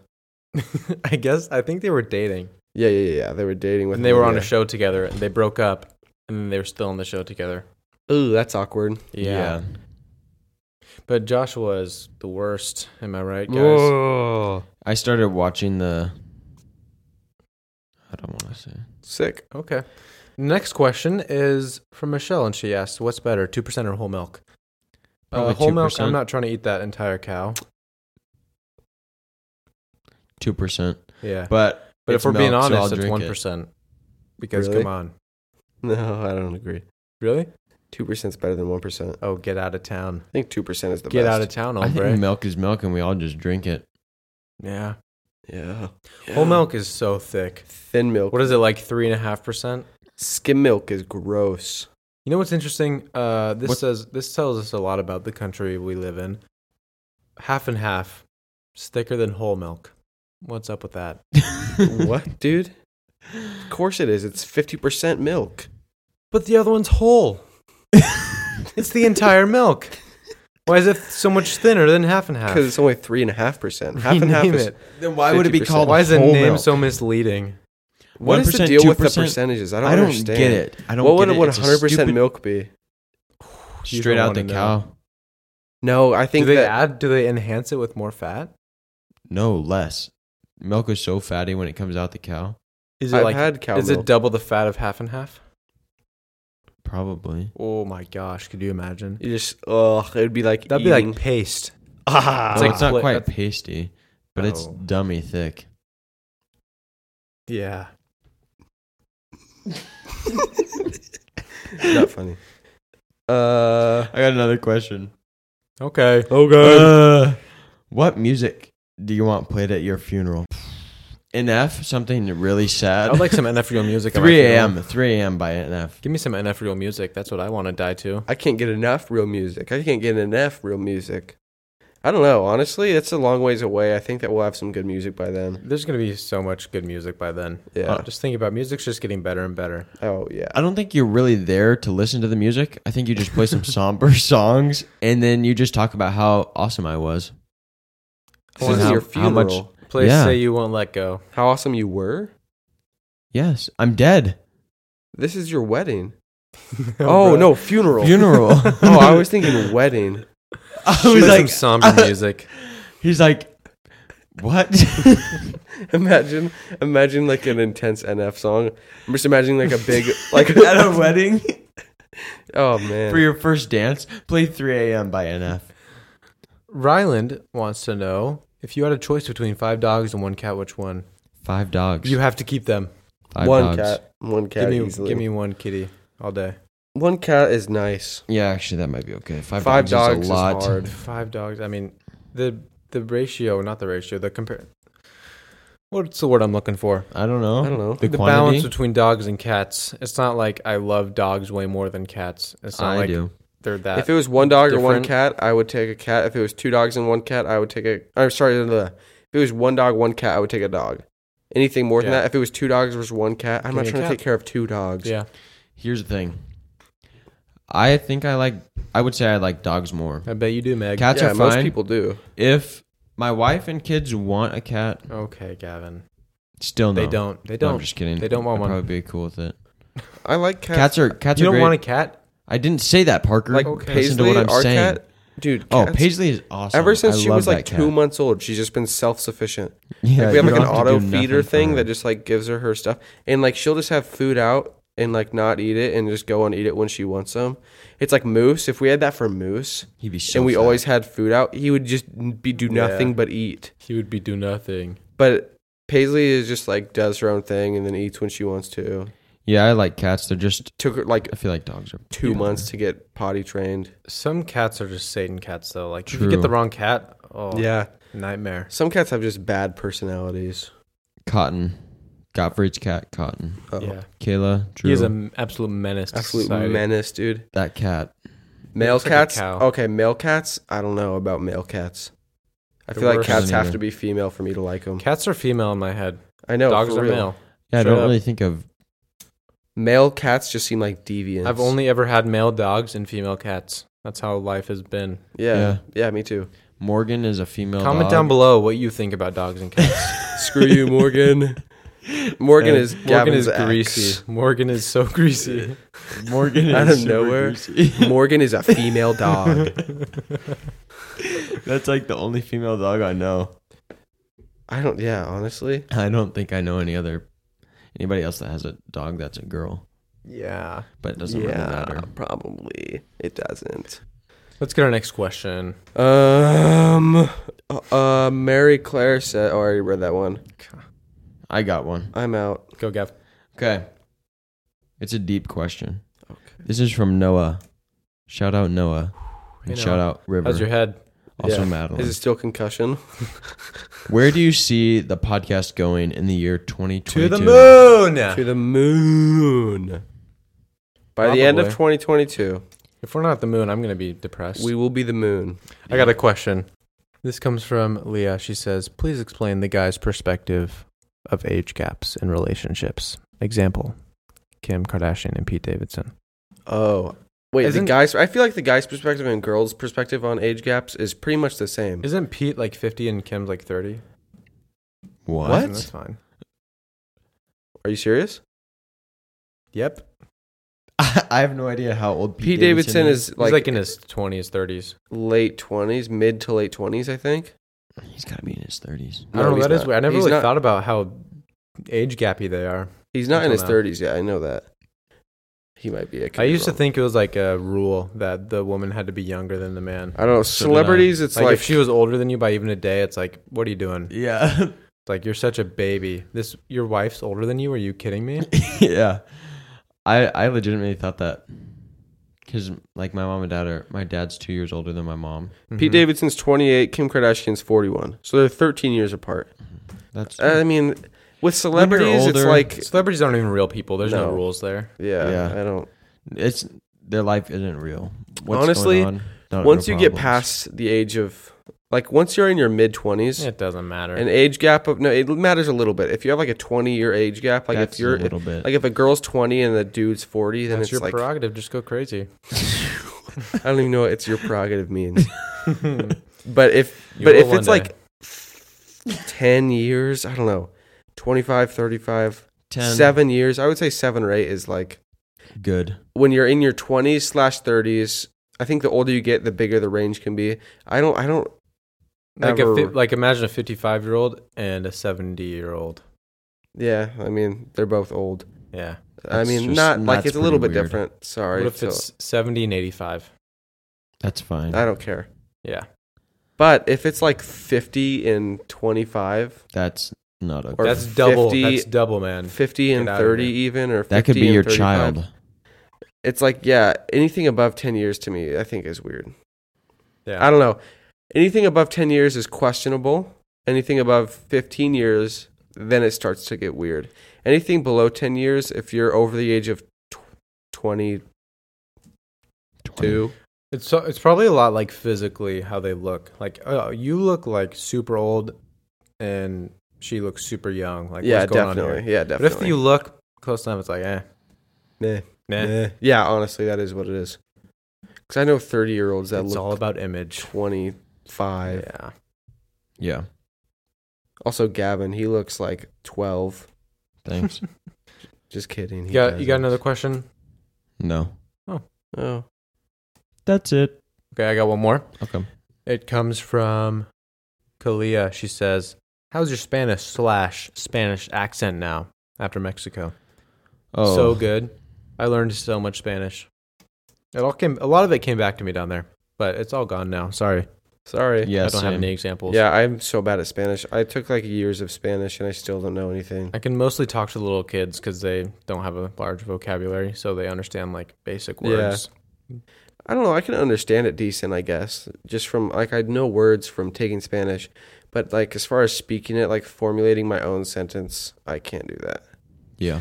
I guess I think they were dating. Yeah, yeah, yeah. They were dating with. And they were on a Olivia. show together and they broke up and then they were still on the show together. Ooh, that's awkward. yeah. But Joshua is the worst. Am I right, guys? Whoa. I started watching the. I don't want to say. Sick. Okay. Next question is from Michelle, and she asked, "What's better, two percent or whole milk?" Uh, Probably whole milk. 2%. I'm not trying to eat that entire cow. Two percent, Yeah, but, but if we're being milk, so I'll honest, it's drink one it. percent. Because Really? come on, No, I don't agree. really? Two percent is better than one percent. Oh, get out of town! I think two percent is the Get best. out of town, I hombre. think milk is milk, and we all just drink it. yeah. Yeah. whole milk is so thick. Thin milk. What is it like, three and a half percent? Skim milk is gross. You know what's interesting? Uh, this What- says this tells us a lot about the country we live in. Half and half, it's thicker than whole milk. What's up with that? what, dude? Of course it is. It's fifty percent milk. But the other one's whole. it's the entire milk. Why is it so much thinner than half and half? Because it's only three and a half percent. Half and half Rename is. Ah. it. Then why would it be 50%. called? Why is the whole name milk? so misleading? What is the 1%, deal with the 2%? percentages? I don't, I don't understand. get it. I don't. what would get it. would It's a 100 percent stupid- milk be? You Straight don't out the wanna know. cow. No, I think do they that add? Do they enhance it with more fat? No less. Milk is so fatty when it comes out the cow. Is it I've like? had cow is milk. it double the fat of half and half? Probably. Oh my gosh! Could you imagine? you just ugh, it'd be like That'd be eating. like paste. ah, It's, like, it's not Split- quite that's- pasty, but it's Oh. dummy thick. Yeah. not funny. Uh, I got another question. Okay. Uh, what music do you want played at your funeral? NF, something really sad. I would like some NF real music. at my 3 funeral. a.m. 3 a.m. by NF. Give me some NF real music. That's what I want to die to. I can't get enough real music. I can't get enough real music. I don't know. Honestly, it's a long ways away. I think that we'll have some good music by then. There's gonna be so much good music by then. Yeah. Uh, Just think about music's just getting better and better. oh yeah. I don't think you're really there to listen to the music. I think you just play some somber songs and then you just talk about how awesome I was. This Well, is how- your how funeral. How, much- Please Yeah. say you won't let go. awesome you were. Yes, I'm dead. This is your wedding. Oh, no, funeral. Funeral. oh, I was thinking wedding. I Play was some like, somber uh, music. he's like, what? Imagine, imagine like an intense NF song. I'm just imagining like a big like. At a wedding oh man. for your first dance, play 3 a.m. by NF. Ryland wants to know if you had a choice between five dogs and one cat, which one? Five dogs. You have to keep them. Five one dogs. cat. One cat. Give me, easily. give me one kitty all day. One cat is nice. Yeah, actually, that might be okay. Five, Five dogs, dogs is is a lot. hard. Five dogs. I mean, the the ratio, not the ratio. The compare. What's the word I'm looking for? I don't know. I don't know. The, the quantity? balance between dogs and cats. It's not like I love dogs way more than cats. It's not I like do. they're that. If it was one dog or one different. cat, I would take a cat. If it was two dogs and one cat, I would take a. I'm sorry. blah, blah, blah. If it was one dog, one cat, I would take a dog. Anything more than Yeah. that. If it was two dogs versus one cat, I'm Give not me a trying cat. to take care of two dogs. yeah, Here's the thing. I think I like. I would say I like dogs more. I bet you do, Meg. Cats yeah, are most fine. people do. If my wife and kids want a cat, Okay, Gavin. still no. They don't. They No, I'm don't. just kidding. They don't want I'd one. Probably be cool with it. I like cats. Cats are cats you are don't great. want a cat? I didn't say that, Parker. like Okay. Paisley, Listen to what I'm our saying. cat, dude. oh, cats- Paisley is awesome. Ever since I she love was that like two cat. months old, she's just been self-sufficient. Yeah, Like, we have you like an don't have to auto do feeder nothing for thing her. that just like gives her her stuff, and like she'll just have food out and like not eat it and just go and eat it when she wants them. It's like Moose. If we had that for Moose, He'd be so and we fat. always had food out, he would just be do nothing Yeah. but eat. He would be do nothing. But Paisley is just like does her own thing and then eats when she wants to. Yeah, I like cats. They're just. Took her like I feel like dogs are. two months to get potty trained. Some cats are just Satan cats, though. Like if you get True. the wrong cat, oh Yeah, nightmare. some cats have just bad personalities. Cotton. Gottfried's cat, Cotton. Oh. Yeah, Kayla, Drew. he is an absolute menace. To Absolute society. menace, dude. that cat. Male looks like a cats. cow. Okay, male cats. I don't know about male cats. I They're feel like worse. cats Doesn't have either. to be female for me to like them. Cats are female in my head. I know. Dogs for are real. male. Straight Yeah, I don't up. really think of. Male cats just seem like deviants. I've only ever had male dogs and female cats. That's how life has been. Yeah. Yeah, Yeah. me too. Morgan is a female. Comment dog. down below what you think about dogs and cats. Screw you, Morgan. Morgan Yeah. is Morgan Gavin's is ex. greasy. Morgan is so greasy. Morgan is Out of super nowhere. greasy. Morgan is a female dog. That's like the only female dog I know. I don't. Yeah, honestly, I don't think I know any other anybody else that has a dog that's a girl, Yeah. but it doesn't really matter. probably it doesn't. Let's get our next question. Um, uh, Mary Claire said. Oh, I already read that one. I got one. I'm out. Go, Gav. Okay. It's a deep question. Okay. This is from Noah. Shout out Noah. And Hey, shout Noah. out River. How's your head? also Yeah. Madeline. Is it still concussion? Where do you see the podcast going in the year 2022? to the moon. By the end of 2022, If we're not at the moon, I'm going to be depressed. we will be the moon. I got a question. This comes from Leah. She says, "Please explain the guy's perspective of age gaps in relationships. Example: Kim Kardashian and Pete Davidson." Oh, Wait, Isn't- the guys. I feel like the guys' perspective and girls' perspective on age gaps is pretty much the same. Isn't Pete like 50 and Kim's like 30? What? I think That's fine. Are you serious? Yep. I, I have no idea how old Pete, Davidson, is He's like, uh, like in his 20s, 30s. late twenties, mid to late twenties, I think. He's got to be in his thirties. I don't No, know. he's That is not. weird. I never He's really not- thought about how age gappy they are. He's not in Until his now. thirties yet. I know that. He might be. I, could I be used to wrong. think it was like a rule that the woman had to be younger than the man. I don't know. So did I. Celebrities, it's like, if she was older than you by even a day, it's like, what are you doing? Yeah, It's like you're such a baby. This your wife's older than you. Are you kidding me? yeah. I I legitimately thought that because like my mom and dad are my dad's two years older than my mom. Pete Mhm. Davidson's twenty eight, Kim Kardashian's forty one, so they're thirteen years apart. That's I mean, with celebrities, it's older- like, Celebrities aren't even real people. There's no, No. rules there. yeah, Yeah. I don't. it's their life isn't real. What's Honestly, going on? Not Once real you get problems. past the age of, like, once you're in your mid twenties, It doesn't matter. an age gap of no, it matters a little bit. If you have like a twenty year age gap, like That's if you're a little bit. like if a girl's twenty and the dude's forty, then That's it's your like prerogative. Just go crazy. I don't even know what it's your prerogative means. but if You but will if one it's day. like 10 years, I don't know. 25, 35, 10, 7 years. I would say 7 or 8 is like good. when you're in your 20s slash 30s, I think the older you get, the bigger the range can be. I don't I don't like ever- a fi- like imagine a 55 year old and a 70 year old. yeah, I mean, they're both old. Yeah. I That's mean, just- not like that's it's a little bit pretty weird. different. Sorry. What if so it's 70 and 85? That's fine. I don't care. Yeah. But if it's like 50 and 25, That's not okay. Or that's double. 50 That's double, man. 50 and Get out of 30 here. even or 50 that could be and your 35. child. it's like yeah anything above 10 years to me i think is weird Yeah. i don't know anything above 10 years is questionable anything above 15 years then it starts to get weird anything below 10 years if you're over the age of tw- 22 It's so, it's probably a lot like physically how they look. Like uh, you look like super old, and she looks super young. Like yeah what's going On definitely here? yeah But definitely if you look close enough, it's like eh, Meh. nah. Meh. yeah honestly that is what it is because i know 30 year olds that it's look all about image. 25 Yeah, Yeah. also gavin he looks like 12 Thanks. just kidding you he got you got doesn't. another question? no. oh That's it. Okay, I got one more. Okay. It comes from Kalia. She says, "How's your Spanish slash Spanish accent now after Mexico? Oh. So good. I learned so much Spanish. It all came. A lot of it came back to me down there, but it's all gone now. Sorry, sorry Yeah. I don't have same. any examples. Yeah, I'm so bad at Spanish. I took like years of Spanish and I still don't know anything. I can mostly talk to little kids because they don't have a large vocabulary, so they understand like basic Yeah. words. I don't know. I can understand it decent, I guess. Just from like I know words from taking Spanish, but like as far as speaking it, like formulating my own sentence, I can't do that. Yeah.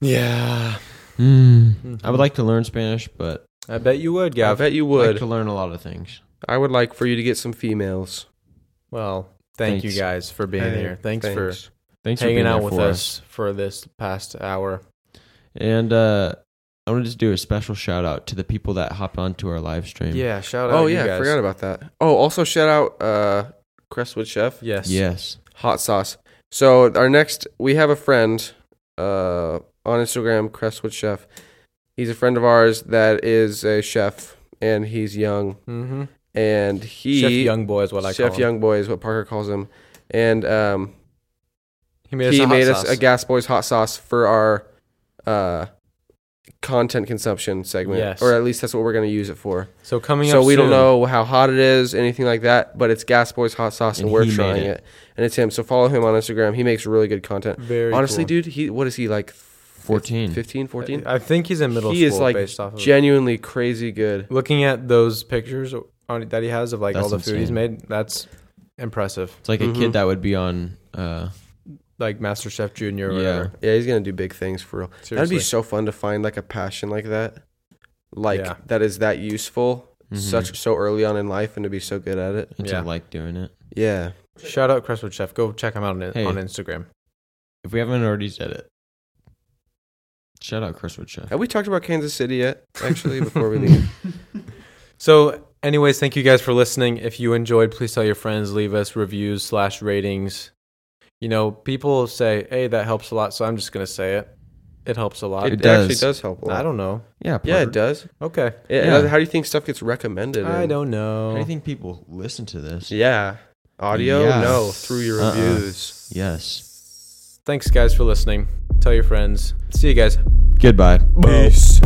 Yeah, I would like to learn Spanish, but I bet you would, Yeah, I Gav. bet you would would. like to learn a lot of things. I would like for you to get some females. Well, thank you Thanks. guys for being Hey, here. Thanks, for Thanks for hanging being out there with for us for this past hour. And uh, I want to just do a special shout out to the people that hopped onto our live stream. Yeah, shout out. Oh you yeah, I guys. forgot about that. Oh, also shout out uh Crestwood Chef. Yes. Yes. hot sauce. So our next, we have a friend uh, on Instagram, Crestwood Chef. He's a friend of ours that is a chef, and he's young, Mm-hmm. and he Chef Young Boy is what I E. Chef call him. Young Boy is what Parker calls him, and um, He made, he us, a made hot us sauce. a Gas Boys hot sauce for our uh, content consumption segment, Yes. or at least that's what we're going to use it for. So coming so up we don't soon- know how hot it is, anything like that, but it's Gas Boys hot sauce, and, And we're he made trying it. it, and it's him. So follow him on Instagram. He makes really good content. Very Honestly, cool. dude, he what is he like? 14. 15, 14? I I think he's in middle He school is like based off of genuinely crazy good. looking at those pictures on, that he has of like That's all the food he's insane. made. That's impressive. It's like a Mhm. Mm-hmm. kid that would be on. Uh, Like Master Chef Junior or yeah. whatever. Yeah, he's gonna do big things for real. That'd Seriously. be so fun to find like a passion like that, like Yeah. that is that useful Mhm. such so early on in life and to be so good at it. And to Yeah. like doing it. Yeah, Shout out Crestwood Chef. Go check him out on, Hey. on Instagram. If we haven't already said it, Shout out Chris Chef. Have we talked about Kansas City yet? Actually, before we leave, So, anyways, thank you guys for listening. If you enjoyed, please tell your friends, leave us reviews slash ratings. You know, people say, "Hey, that helps a lot," so I'm just gonna say it. It helps a lot. It it, does. actually does help. A lot. I don't know. Yeah, Yeah, it plug- does. Okay, Yeah. Yeah. How do you think stuff gets recommended? I in- don't know. How do you think people listen to this? Yeah. Audio? Yeah. No. Through your Uh-uh. reviews. Yes. Thanks, guys, for listening. Tell your friends. See you guys. Goodbye. Peace.